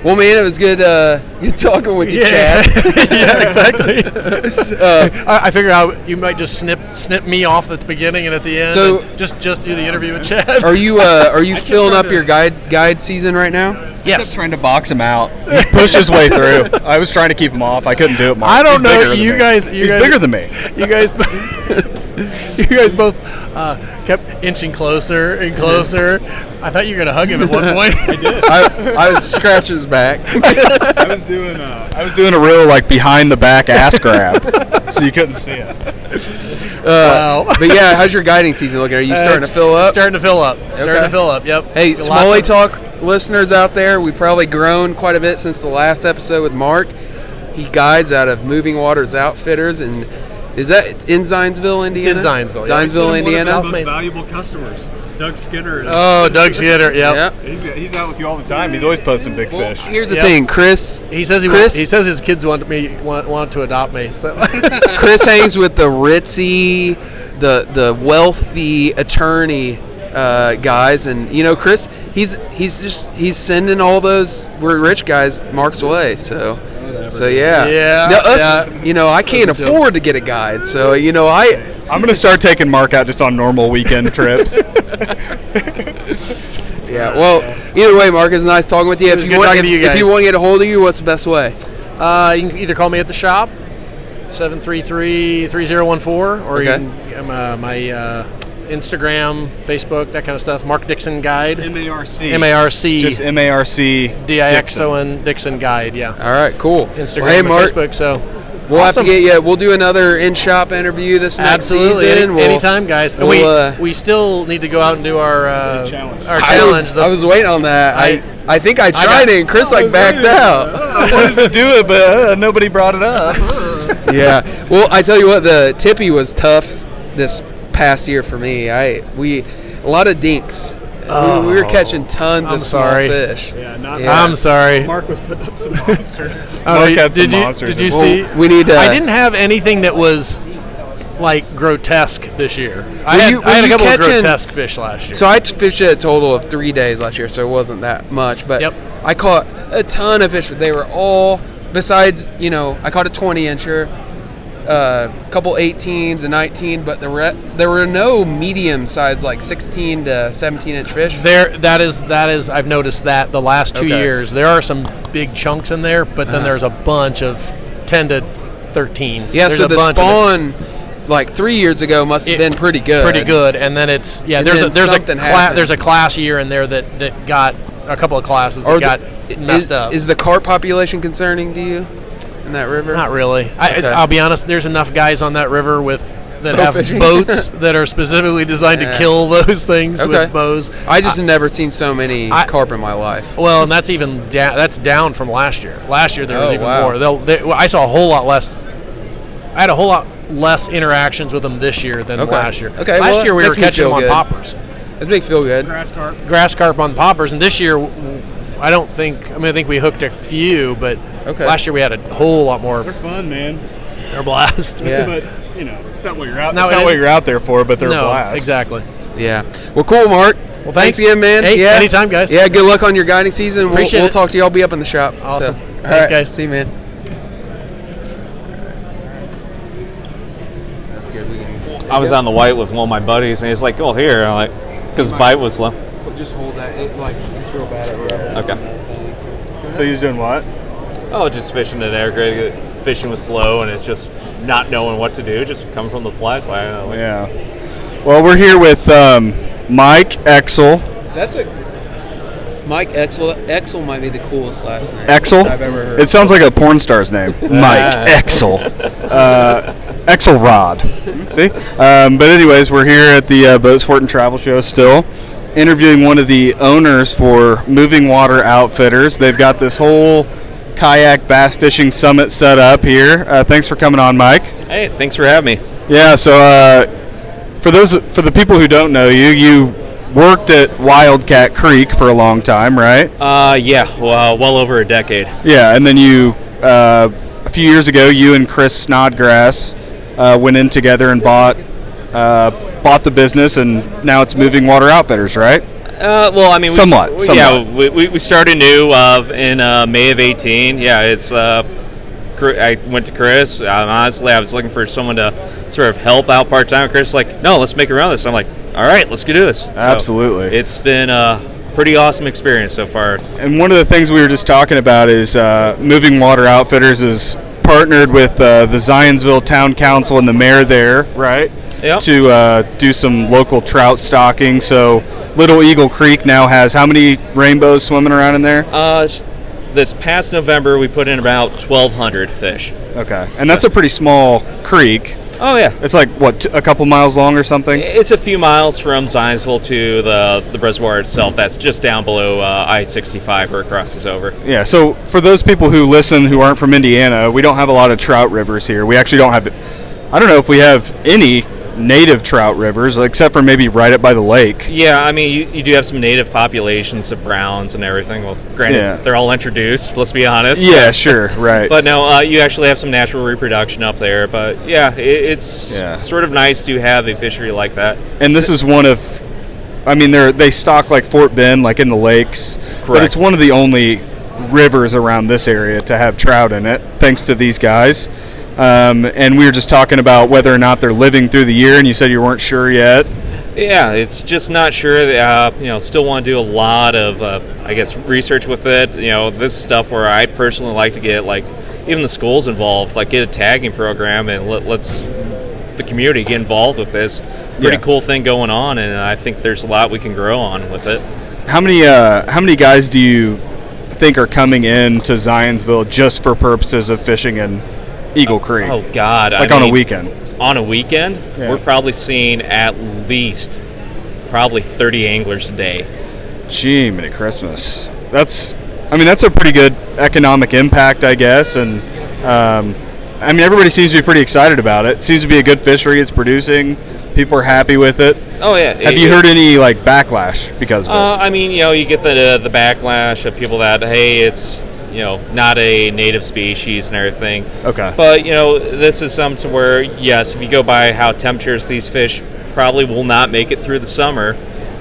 Speaker 3: Well, man, it was good uh, good talking with you, Chad. Uh,
Speaker 8: yeah, exactly. I, I figure out you might just snip snip me off at the beginning and at the end.
Speaker 3: So-
Speaker 8: and just just do the interview with Chad.
Speaker 3: Are you uh, are you filling up your guide guide season right now?
Speaker 8: yes.
Speaker 4: trying to box him out. He pushed his way through. I was trying to keep him off. I couldn't do it. Mark.
Speaker 8: I don't
Speaker 4: He's
Speaker 8: know,
Speaker 4: bigger than
Speaker 8: you
Speaker 4: me.
Speaker 8: guys- you
Speaker 4: He's
Speaker 8: guys-
Speaker 4: bigger than me.
Speaker 8: You guys, you guys both uh, kept inching closer and closer. I thought you were gonna hug him at one point. I did.
Speaker 3: I, I was scratching his back.
Speaker 4: I was doing. Uh, I was doing a real like behind the back ass grab, so you couldn't see it.
Speaker 8: Wow.
Speaker 3: But yeah, how's your guiding season looking? Are you starting to fill up?
Speaker 8: Uh, Starting to fill up. Starting
Speaker 3: Okay.
Speaker 8: to fill up. Yep.
Speaker 3: hey,
Speaker 8: Lots of-
Speaker 3: Smalley Talk listeners out there, we've probably grown quite a bit since the last episode with Mark. He guides out of Moving Waters Outfitters, and is that in Zionsville,
Speaker 8: It's in
Speaker 3: Indiana?
Speaker 8: Zionsville. yeah.
Speaker 3: Zionsville, Indiana.
Speaker 7: valuable customers, Doug Skinner. and
Speaker 8: Oh, Doug Skinner. Yep.
Speaker 3: Yeah.
Speaker 7: he's, he's out with you all the
Speaker 4: Time. He's always posting big
Speaker 3: Well,
Speaker 4: fish.
Speaker 3: here's the
Speaker 8: Yep.
Speaker 3: thing, Chris.
Speaker 8: He says he
Speaker 3: Chris?
Speaker 8: wants, he says his kids want me want, want to adopt me. So
Speaker 3: Chris hangs with the ritzy, the the wealthy attorney uh, guys, and you know Chris, he's he's just he's sending all those we're rich guys Mark's way. So, so yeah,
Speaker 8: Yeah,
Speaker 3: Now, us,
Speaker 8: yeah.
Speaker 3: You know, I can't afford to get a guide, so you know I.
Speaker 4: I'm gonna start taking Mark out just on normal weekend trips.
Speaker 3: Yeah. Well, either way, Mark, it's nice talking with you.
Speaker 8: was
Speaker 3: If you
Speaker 8: good
Speaker 3: want,
Speaker 8: talking
Speaker 3: if,
Speaker 8: to you
Speaker 3: if you
Speaker 8: guys.
Speaker 3: want to get a hold of you, what's the best way?
Speaker 8: Uh, you can either call me at the shop, 733-3014, or you
Speaker 3: Okay.
Speaker 8: can, uh, my uh, Instagram, Facebook, that kind of stuff. Mark Dixon Guide.
Speaker 4: MARC.
Speaker 8: M-A-R-C,
Speaker 4: Just MARC.
Speaker 8: D-I-X-O-N, Dixon Guide, yeah.
Speaker 3: All right, cool.
Speaker 8: Instagram
Speaker 3: Well, hey,
Speaker 8: and
Speaker 3: Mark,
Speaker 8: Facebook, so.
Speaker 3: we'll
Speaker 8: Awesome.
Speaker 3: have to get you. We'll do another in-shop interview this next
Speaker 8: Absolutely,
Speaker 3: season.
Speaker 8: any,
Speaker 3: We'll-
Speaker 8: anytime, guys. And
Speaker 3: we'll, uh,
Speaker 8: we we still need to go out and do our uh, challenge. Our
Speaker 3: I
Speaker 8: challenge.
Speaker 3: was,
Speaker 8: the-
Speaker 3: I was waiting on that. I, I, think I tried
Speaker 8: got-
Speaker 3: it, and Chris like backed out.
Speaker 4: I wanted to do it, but uh, nobody brought it up.
Speaker 3: yeah. Well, I tell you what, the tippy was tough this past year for me. I we a lot of dinks. We- we, were catching tons
Speaker 8: Oh, I'm
Speaker 3: of small
Speaker 8: sorry.
Speaker 3: fish.
Speaker 7: Yeah, not-
Speaker 8: I'm sorry.
Speaker 7: Mark was putting up some monsters.
Speaker 8: Oh,
Speaker 4: Mark
Speaker 8: you-
Speaker 4: had some
Speaker 8: did you,
Speaker 4: monsters
Speaker 8: Did you
Speaker 4: as well.
Speaker 8: see?
Speaker 3: we need. Uh,
Speaker 8: I didn't have anything that was like grotesque this year. I
Speaker 3: Were
Speaker 8: had,
Speaker 3: you-
Speaker 8: I had
Speaker 3: were
Speaker 8: a
Speaker 3: you
Speaker 8: couple
Speaker 3: catching-
Speaker 8: of grotesque fish last year.
Speaker 3: So I fished a total of three days last year, so it wasn't that much. But
Speaker 8: Yep.
Speaker 3: I caught a ton of fish, but they were all besides you know I caught a 20 incher, a couple 18s, a 19, but the re- there were no medium sized like 16 to 17 inch fish.
Speaker 8: there, that is that is. I've noticed that the last two
Speaker 3: Okay. Uh-huh.
Speaker 8: years there are some big chunks in there, but then there's a bunch of ten to thirteen.
Speaker 3: yeah,
Speaker 8: there's
Speaker 3: so
Speaker 8: a
Speaker 3: the
Speaker 8: bunch of
Speaker 3: spawn
Speaker 8: it.
Speaker 3: like three years ago must have
Speaker 8: It-
Speaker 3: been pretty good.
Speaker 8: pretty good, and then it's yeah.
Speaker 3: And
Speaker 8: there's a,
Speaker 3: then
Speaker 8: there's a
Speaker 3: something
Speaker 8: cla-
Speaker 3: happened.
Speaker 8: there's a class year in there that that got a couple of classes
Speaker 3: Or
Speaker 8: that got
Speaker 3: the,
Speaker 8: messed
Speaker 3: is,
Speaker 8: up.
Speaker 3: is the carp population concerning to you in that river?
Speaker 8: Not really. I,
Speaker 3: Okay.
Speaker 8: I'll be honest. There's enough guys on that river with that
Speaker 3: Go
Speaker 8: have
Speaker 3: fishing.
Speaker 8: boats that are specifically designed
Speaker 3: Yeah.
Speaker 8: to kill those things
Speaker 3: Okay.
Speaker 8: with bows.
Speaker 3: I just have never seen so many
Speaker 8: I- Oh.
Speaker 3: carp in my life.
Speaker 8: Well, and that's even da- that's down from last year. Last year there was
Speaker 3: Oh,
Speaker 8: even
Speaker 3: wow.
Speaker 8: more. They'll, they, well, I saw a whole lot less. I had a whole lot less interactions with them this year than
Speaker 3: Okay.
Speaker 8: last year.
Speaker 3: Okay,
Speaker 8: last
Speaker 3: well,
Speaker 8: year we
Speaker 3: that
Speaker 8: were
Speaker 3: makes me
Speaker 8: catching
Speaker 3: feel
Speaker 8: them on
Speaker 3: good.
Speaker 8: poppers,
Speaker 3: That's make me feel good.
Speaker 9: Grass carp.
Speaker 8: grass carp on poppers, and this year w- w- I don't think. I mean, I think we hooked a few, but
Speaker 3: Okay.
Speaker 8: last year we had a whole lot more.
Speaker 9: They're fun, man.
Speaker 8: They're blast.
Speaker 3: Yeah.
Speaker 9: But you know, it's not what you're out.
Speaker 8: No,
Speaker 9: No,
Speaker 8: it
Speaker 2: not what
Speaker 8: is-
Speaker 2: you're out there for, but they're
Speaker 8: no,
Speaker 2: a blast.
Speaker 8: exactly.
Speaker 3: Yeah. Well, cool, Mark. Well,
Speaker 8: thanks.
Speaker 3: again, man.
Speaker 8: Hey,
Speaker 3: yeah.
Speaker 8: anytime, guys.
Speaker 3: Yeah. Good luck on your guiding season. We'll,
Speaker 8: Appreciate
Speaker 3: we'll
Speaker 8: it.
Speaker 3: talk to you. I'll be up in the shop.
Speaker 8: Awesome.
Speaker 3: So, all
Speaker 8: Thanks,
Speaker 3: right.
Speaker 8: guys.
Speaker 3: See you, man. That's good. We can
Speaker 10: I was on the white with one of my buddies, and he's like, "Oh, here," I'm like, because bite was slow.
Speaker 3: we'll just hold that. It, like it's real bad at Okay.
Speaker 2: So he's doing what?
Speaker 10: Oh, just fishing at air grade. Fishing was slow, and it's just not knowing what to do. Just coming from the fly, so I uh, don't know. Like,
Speaker 4: Yeah. Well, we're here with um, Mike Exel.
Speaker 3: That's a Mike Exel. Exel might be the coolest last name
Speaker 4: Exel.
Speaker 3: I've ever heard.
Speaker 4: It sounds like a porn star's name. Mike Exel. Uh, Exelrod. See. Um, but anyways, we're here at the uh, Boat Sport and Travel Show still, interviewing one of the owners for Moving Water Outfitters. They've got this whole kayak bass fishing summit set up here. Uh, thanks for coming on, Mike.
Speaker 10: Hey, thanks for having me.
Speaker 4: Yeah. So uh, for those for the people who don't know you, you worked at Wildcat Creek for a long time, right?
Speaker 10: Uh, yeah, well, well over a decade.
Speaker 4: Yeah, and then you uh, a few years ago, you and Chris Snodgrass uh, went in together and bought uh, bought the business, and now it's Moving Water Outfitters, right?
Speaker 10: Uh, well, I mean, we
Speaker 4: Somewhat,
Speaker 10: s-
Speaker 4: somewhat.
Speaker 10: Yeah, we, we, we started new uh, in uh, May of eighteen. Yeah, it's. Uh, Chr- I went to Chris. Um, honestly, I was looking for someone to sort of help out part time. Chris was like, no, let's make around this. I'm like, all right, let's do this. So
Speaker 4: Absolutely.
Speaker 10: It's been a pretty awesome experience so far.
Speaker 4: And one of the things we were just talking about is uh, Moving Water Outfitters is partnered with uh, the Zionsville Town Council and the mayor there, right?
Speaker 10: Yep.
Speaker 4: To uh, do some local trout stocking. So Little Eagle Creek now has how many rainbows swimming around in there?
Speaker 10: Uh, sh- this past November, we put in about 1,200 fish.
Speaker 4: Okay. And that's a pretty small creek.
Speaker 10: Oh, yeah.
Speaker 4: It's like what t- a couple miles long or something.
Speaker 10: It's a few miles from Zionsville to the, the reservoir itself. That's just down below uh, I 65 where it crosses over.
Speaker 4: Yeah. So for those people who listen who aren't from Indiana, we don't have a lot of trout rivers here. We actually don't have. I don't know if we have any native trout rivers except for maybe right up by the lake.
Speaker 10: Yeah, I mean, you, you do have some native populations of browns and everything. Well, granted,
Speaker 4: Yeah.
Speaker 10: they're all introduced, let's be honest.
Speaker 4: Yeah. Sure. Right.
Speaker 10: But no, uh, you actually have some natural reproduction up there. But yeah, it, it's
Speaker 4: Yeah.
Speaker 10: sort of nice to have a fishery like that.
Speaker 4: and this is one of. I mean, they're they stock like Fort Bend, like in the lakes. But
Speaker 10: Correct.
Speaker 4: it's one of the only rivers around this area to have trout in it, thanks to these guys. Um, and we were just talking about whether or not they're living through the year, and you said you weren't sure yet.
Speaker 10: Yeah, it's just not sure. Uh, you know, still want to do a lot of, uh, I guess, research with it. You know, this stuff where I personally like to get like even the schools involved, like get a tagging program and let, let's the community get involved with this. Pretty
Speaker 4: Yeah.
Speaker 10: cool thing going on, and I think there's a lot we can grow on with it.
Speaker 4: How many uh, how many guys do you think are coming in to Zionsville just for purposes of fishing in Eagle Creek?
Speaker 10: Oh God,
Speaker 4: like
Speaker 10: I
Speaker 4: on a
Speaker 10: mean,
Speaker 4: weekend.
Speaker 10: On a weekend,
Speaker 4: Yeah.
Speaker 10: we're probably seeing at least probably 30 anglers a day.
Speaker 4: Gee, many Christmas. That's I mean that's a pretty good economic impact, I guess, and um, I mean everybody seems to be pretty excited about it. Seems to be a good fishery. It's producing. People are happy with it.
Speaker 10: Oh yeah.
Speaker 4: Have
Speaker 10: it-
Speaker 4: you
Speaker 10: it-
Speaker 4: heard any like backlash because of
Speaker 10: Uh, I mean, you know, you get the the backlash of people that hey, it's you know not a native species and everything.
Speaker 4: it? Okay.
Speaker 10: Uh, But you know, this is something where yes, if you go by how temperatures these fish probably will not make it through the summer,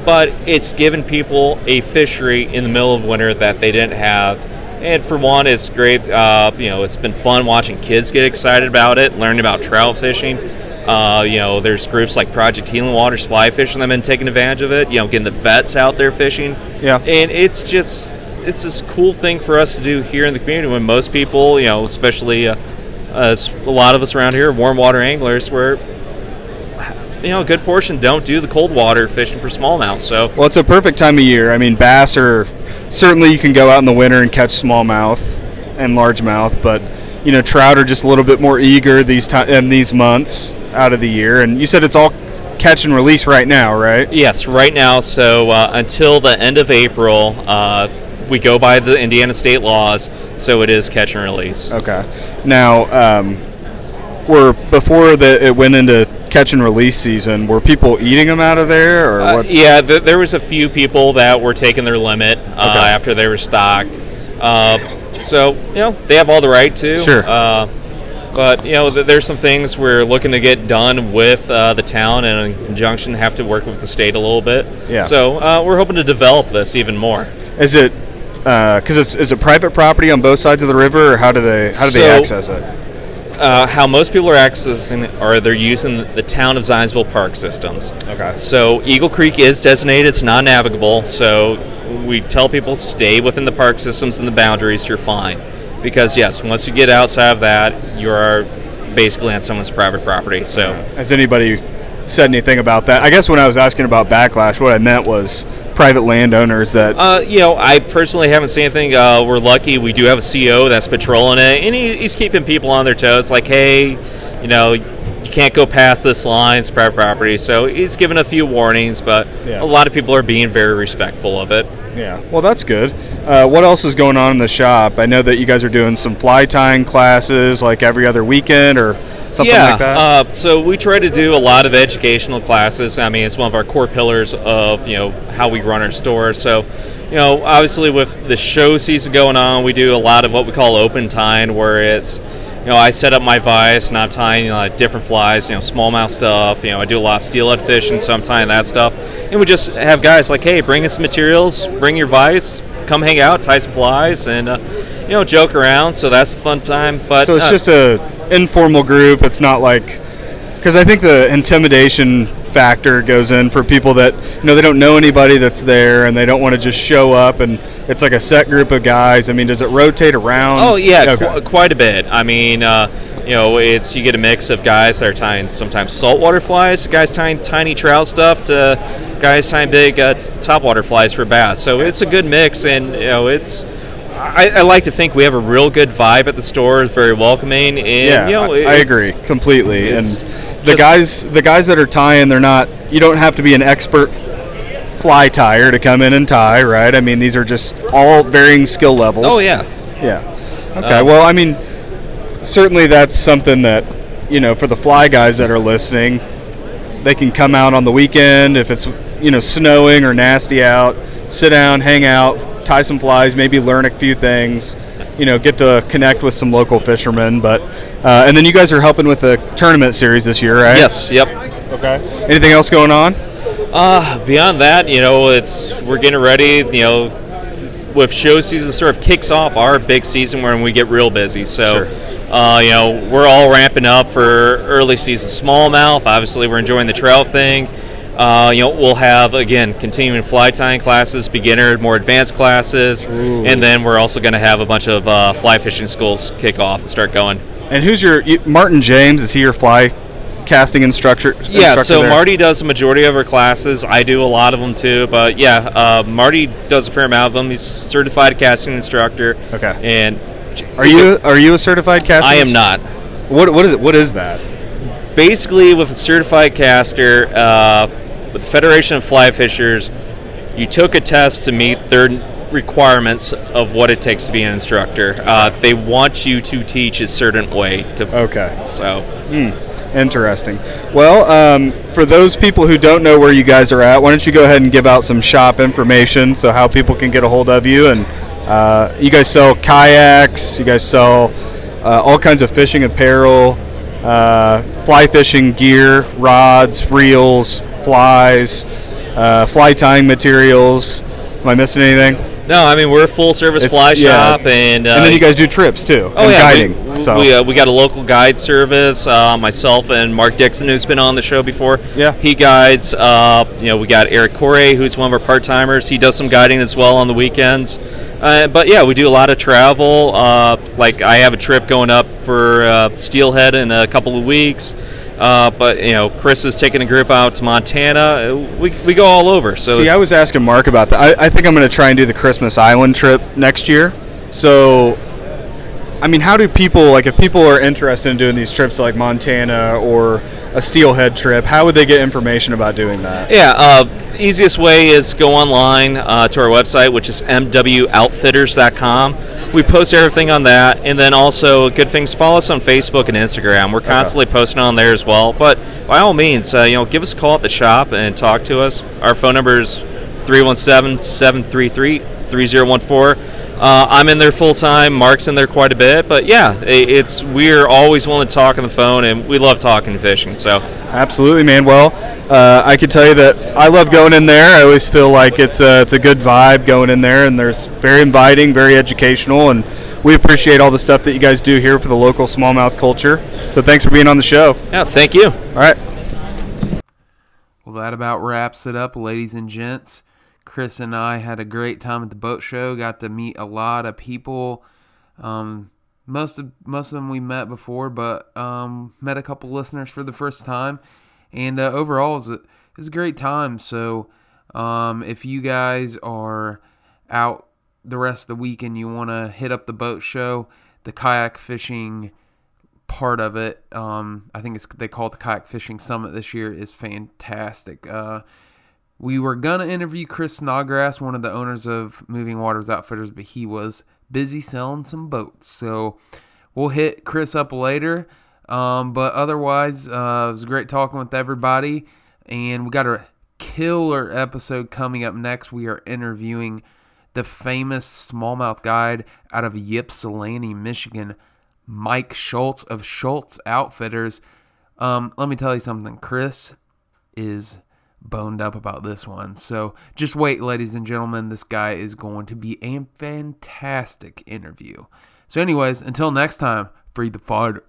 Speaker 10: but it's given people a fishery in the middle of winter that they didn't have. And for one, it's great. Uh, you know, it's been fun watching kids get excited about it, learning about trout fishing. Uh, you know, there's groups like Project Healing Waters fly fishing that have been taking advantage of it. You know, getting the vets out there fishing.
Speaker 4: Yeah.
Speaker 10: And it's just it's this cool thing for us to do here in the community when most people, you know, especially uh, us, a lot of us around here, are warm water anglers, where you know a good portion don't do the cold water fishing for smallmouth. So
Speaker 4: Well, it's a perfect time of year. I mean, bass are certainly you can go out in the winter and catch smallmouth and largemouth, but you know, trout are just a little bit more eager these time in these months out of the year. And you said it's all catch and release right now, right?
Speaker 10: yes, right now, so uh, until the end of April, uh, we go by the Indiana state laws, so it is catch and release.
Speaker 4: Okay. Now, um, were before the it went into catch and release season, were people eating them out of there, or
Speaker 10: Uh,
Speaker 4: what's
Speaker 10: yeah, th- there was a few people that were taking their limit uh, after they were stocked. Uh, so you know they have all the right to.
Speaker 4: Sure.
Speaker 10: Uh, but you know th- there's some things we're looking to get done with uh, the town and in conjunction have to work with the state a little bit.
Speaker 4: Yeah.
Speaker 10: So uh, we're hoping to develop this even more.
Speaker 4: is it? Because it's is it private property on both sides of the river, or how do they how do they
Speaker 10: So-
Speaker 4: access it?
Speaker 10: uh, how most people are accessing it are they're using the town of Zionsville Park systems.
Speaker 4: Okay.
Speaker 10: So Eagle Creek is designated; it's non-navigable. So we tell people stay within the park systems and the boundaries. You're fine, because yes, once you get outside of that, you are basically on someone's private property. So
Speaker 4: Has anybody said anything about that? I guess when I was asking about backlash, what I meant was private landowners that.
Speaker 10: Uh, you know, I personally haven't seen anything. Uh, we're lucky we do have a CO that's patrolling it, and he, he's keeping people on their toes. Like, hey, you know, you can't go past this line; it's private property. So he's given a few warnings, but
Speaker 4: Yeah.
Speaker 10: a lot of people are being very respectful of it.
Speaker 4: yeah. Well, that's good. Uh, what else is going on in the shop? I know that you guys are doing some fly tying classes like every other weekend or something
Speaker 10: yeah,
Speaker 4: like that.
Speaker 10: Uh, so we try to do a lot of educational classes. I mean, it's one of our core pillars of you know how we run our store. So, you know, obviously with the show season going on, we do a lot of what we call open tying, where it's you know I set up my vise and I'm tying you know, like different flies, you know, smallmouth stuff. You know, I do a lot of steelhead fishing, so I'm tying that stuff. And we just have guys like, hey, bring in some materials, bring your vise. Come hang out, tie some flies, and uh, you know joke around. So that's a fun time. But
Speaker 4: so it's
Speaker 10: uh,
Speaker 4: just a informal group. It's not like because I think the intimidation factor goes in for people that you know they don't know anybody that's there and they don't want to just show up and it's like a set group of guys. I mean, does it rotate around?
Speaker 10: Oh yeah,
Speaker 4: Okay.
Speaker 10: qu- quite a bit. I mean, uh, you know, it's you get a mix of guys that are tying sometimes saltwater flies, guys tying tiny trout stuff, to guys tying big uh, t- topwater flies for bass. So it's a good mix, and you know, it's. I, I like to think we have a real good vibe at the store. It's very welcoming, and
Speaker 4: yeah,
Speaker 10: you know,
Speaker 4: I- I
Speaker 10: it's-
Speaker 4: agree completely. And
Speaker 10: it's
Speaker 4: the
Speaker 10: just-
Speaker 4: guys, the guys that are tying, they're not. You don't have to be an expert fly tire to come in and tie, right? I mean, these are just all varying skill levels.
Speaker 10: Oh yeah, Um,
Speaker 4: yeah. Okay. well, I mean, certainly that's something that you know for the fly guys that are listening, they can come out on the weekend if it's you know snowing or nasty out, sit down, hang out, tie some flies, maybe learn a few things, you know, get to connect with some local fishermen. But uh, and then you guys are helping with the tournament series this year, right?
Speaker 10: yes, yep.
Speaker 4: Anything else going on?
Speaker 10: Uh, beyond that, you know, it's we're getting ready. You know, with show season sort of kicks off our big season when we get real busy. So, uh, you know, we're all ramping up for early season smallmouth. Obviously, we're enjoying the trail thing. Uh, you know, we'll have again continuing fly tying classes, beginner, more advanced classes, and then we're also going to have a bunch of uh, fly fishing schools kick off and start going.
Speaker 4: And who's your you- Martin James? Is he your fly casting instructor?
Speaker 10: Yeah,
Speaker 4: instructor
Speaker 10: so
Speaker 4: there?
Speaker 10: Marty does the majority of our classes. I do a lot of them too, but yeah, uh, Marty does a fair amount of them. He's a certified casting instructor.
Speaker 4: Okay.
Speaker 10: And
Speaker 4: Are you are you a certified caster?
Speaker 10: I am not.
Speaker 4: What what is it? What is that?
Speaker 10: Basically, with a certified caster, uh, with the Federation of Fly Fishers, you took a test to meet their requirements of what it takes to be an instructor. Uh, they want you to teach a certain way to.
Speaker 4: Okay, Hmm.
Speaker 10: So
Speaker 4: interesting. Well, um, for those people who don't know where you guys are at, why don't you go ahead and give out some shop information so how people can get a hold of you? And uh, you guys sell kayaks, you guys sell uh, all kinds of fishing apparel, uh, fly fishing gear, rods, reels, flies, uh, fly tying materials. Am I missing anything?
Speaker 10: no, I mean we're a full service
Speaker 4: It's-
Speaker 10: fly
Speaker 4: yeah.
Speaker 10: shop, and uh,
Speaker 4: and then you guys do trips too
Speaker 10: Oh
Speaker 4: and
Speaker 10: yeah,
Speaker 4: guiding.
Speaker 10: We,
Speaker 4: so
Speaker 10: we, uh, we got a local guide service. Uh, myself and Mark Dixon, who's been on the show before.
Speaker 4: Yeah.
Speaker 10: he guides. Uh, you know, we got Eric Corey, who's one of our part timers. He does some guiding as well on the weekends. Uh, but yeah, we do a lot of travel. Uh, like I have a trip going up for uh, Steelhead in a couple of weeks. Uh, but you know, Chris is taking a group out to Montana. We, we go all over. So
Speaker 4: See, I was asking Mark about that. I, I think I'm going to try and do the Christmas Island trip next year. So, I mean, how do people like if people are interested in doing these trips to like Montana or a Steelhead trip? How would they get information about doing that?
Speaker 10: Yeah, uh, easiest way is go online uh, to our website, which is mwoutfitters.com. We post everything on that, and then also good things. Follow us on Facebook and Instagram. We're constantly posting on there as well. But by all means, uh, you know, give us a call at the shop and talk to us. Our phone number is 317-733-3014. Uh, I'm in there full time. Mark's in there quite a bit, but yeah, i- it's we're always willing to talk on the phone, and we love talking fishing. So
Speaker 4: Absolutely, man. Well, uh, I can tell you that I love going in there. I always feel like it's a, it's a good vibe going in there, and there's very inviting, very educational, and we appreciate all the stuff that you guys do here for the local smallmouth culture. So thanks for being on the show.
Speaker 10: yeah, thank you.
Speaker 4: All right.
Speaker 3: Well, that about wraps it up, ladies and gents. Chris and I had a great time at the boat show. Got to meet a lot of people. Um, most of most of them we met before, but um, met a couple listeners for the first time. And uh, overall, it's a, it's a great time. So, um, if you guys are out the rest of the week and you want to hit up the boat show, the kayak fishing part of it. Um, I think it's they call it the kayak fishing summit this year is fantastic. Uh, we were gonna interview Chris Snodgrass, one of the owners of Moving Waters Outfitters, but he was busy selling some boats, so we'll hit Chris up later. Um, but otherwise, uh, it was great talking with everybody, and we got a killer episode coming up next. We are interviewing the famous smallmouth guide out of Ypsilanti, Michigan, Mike Schultz of Schultz Outfitters. Um, let me tell you something, Chris is boned up about this one. So just wait, ladies and gentlemen. This guy is going to be a fantastic interview. So, anyways, until next time, free the fighter.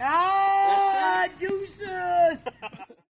Speaker 11: Ah, do so.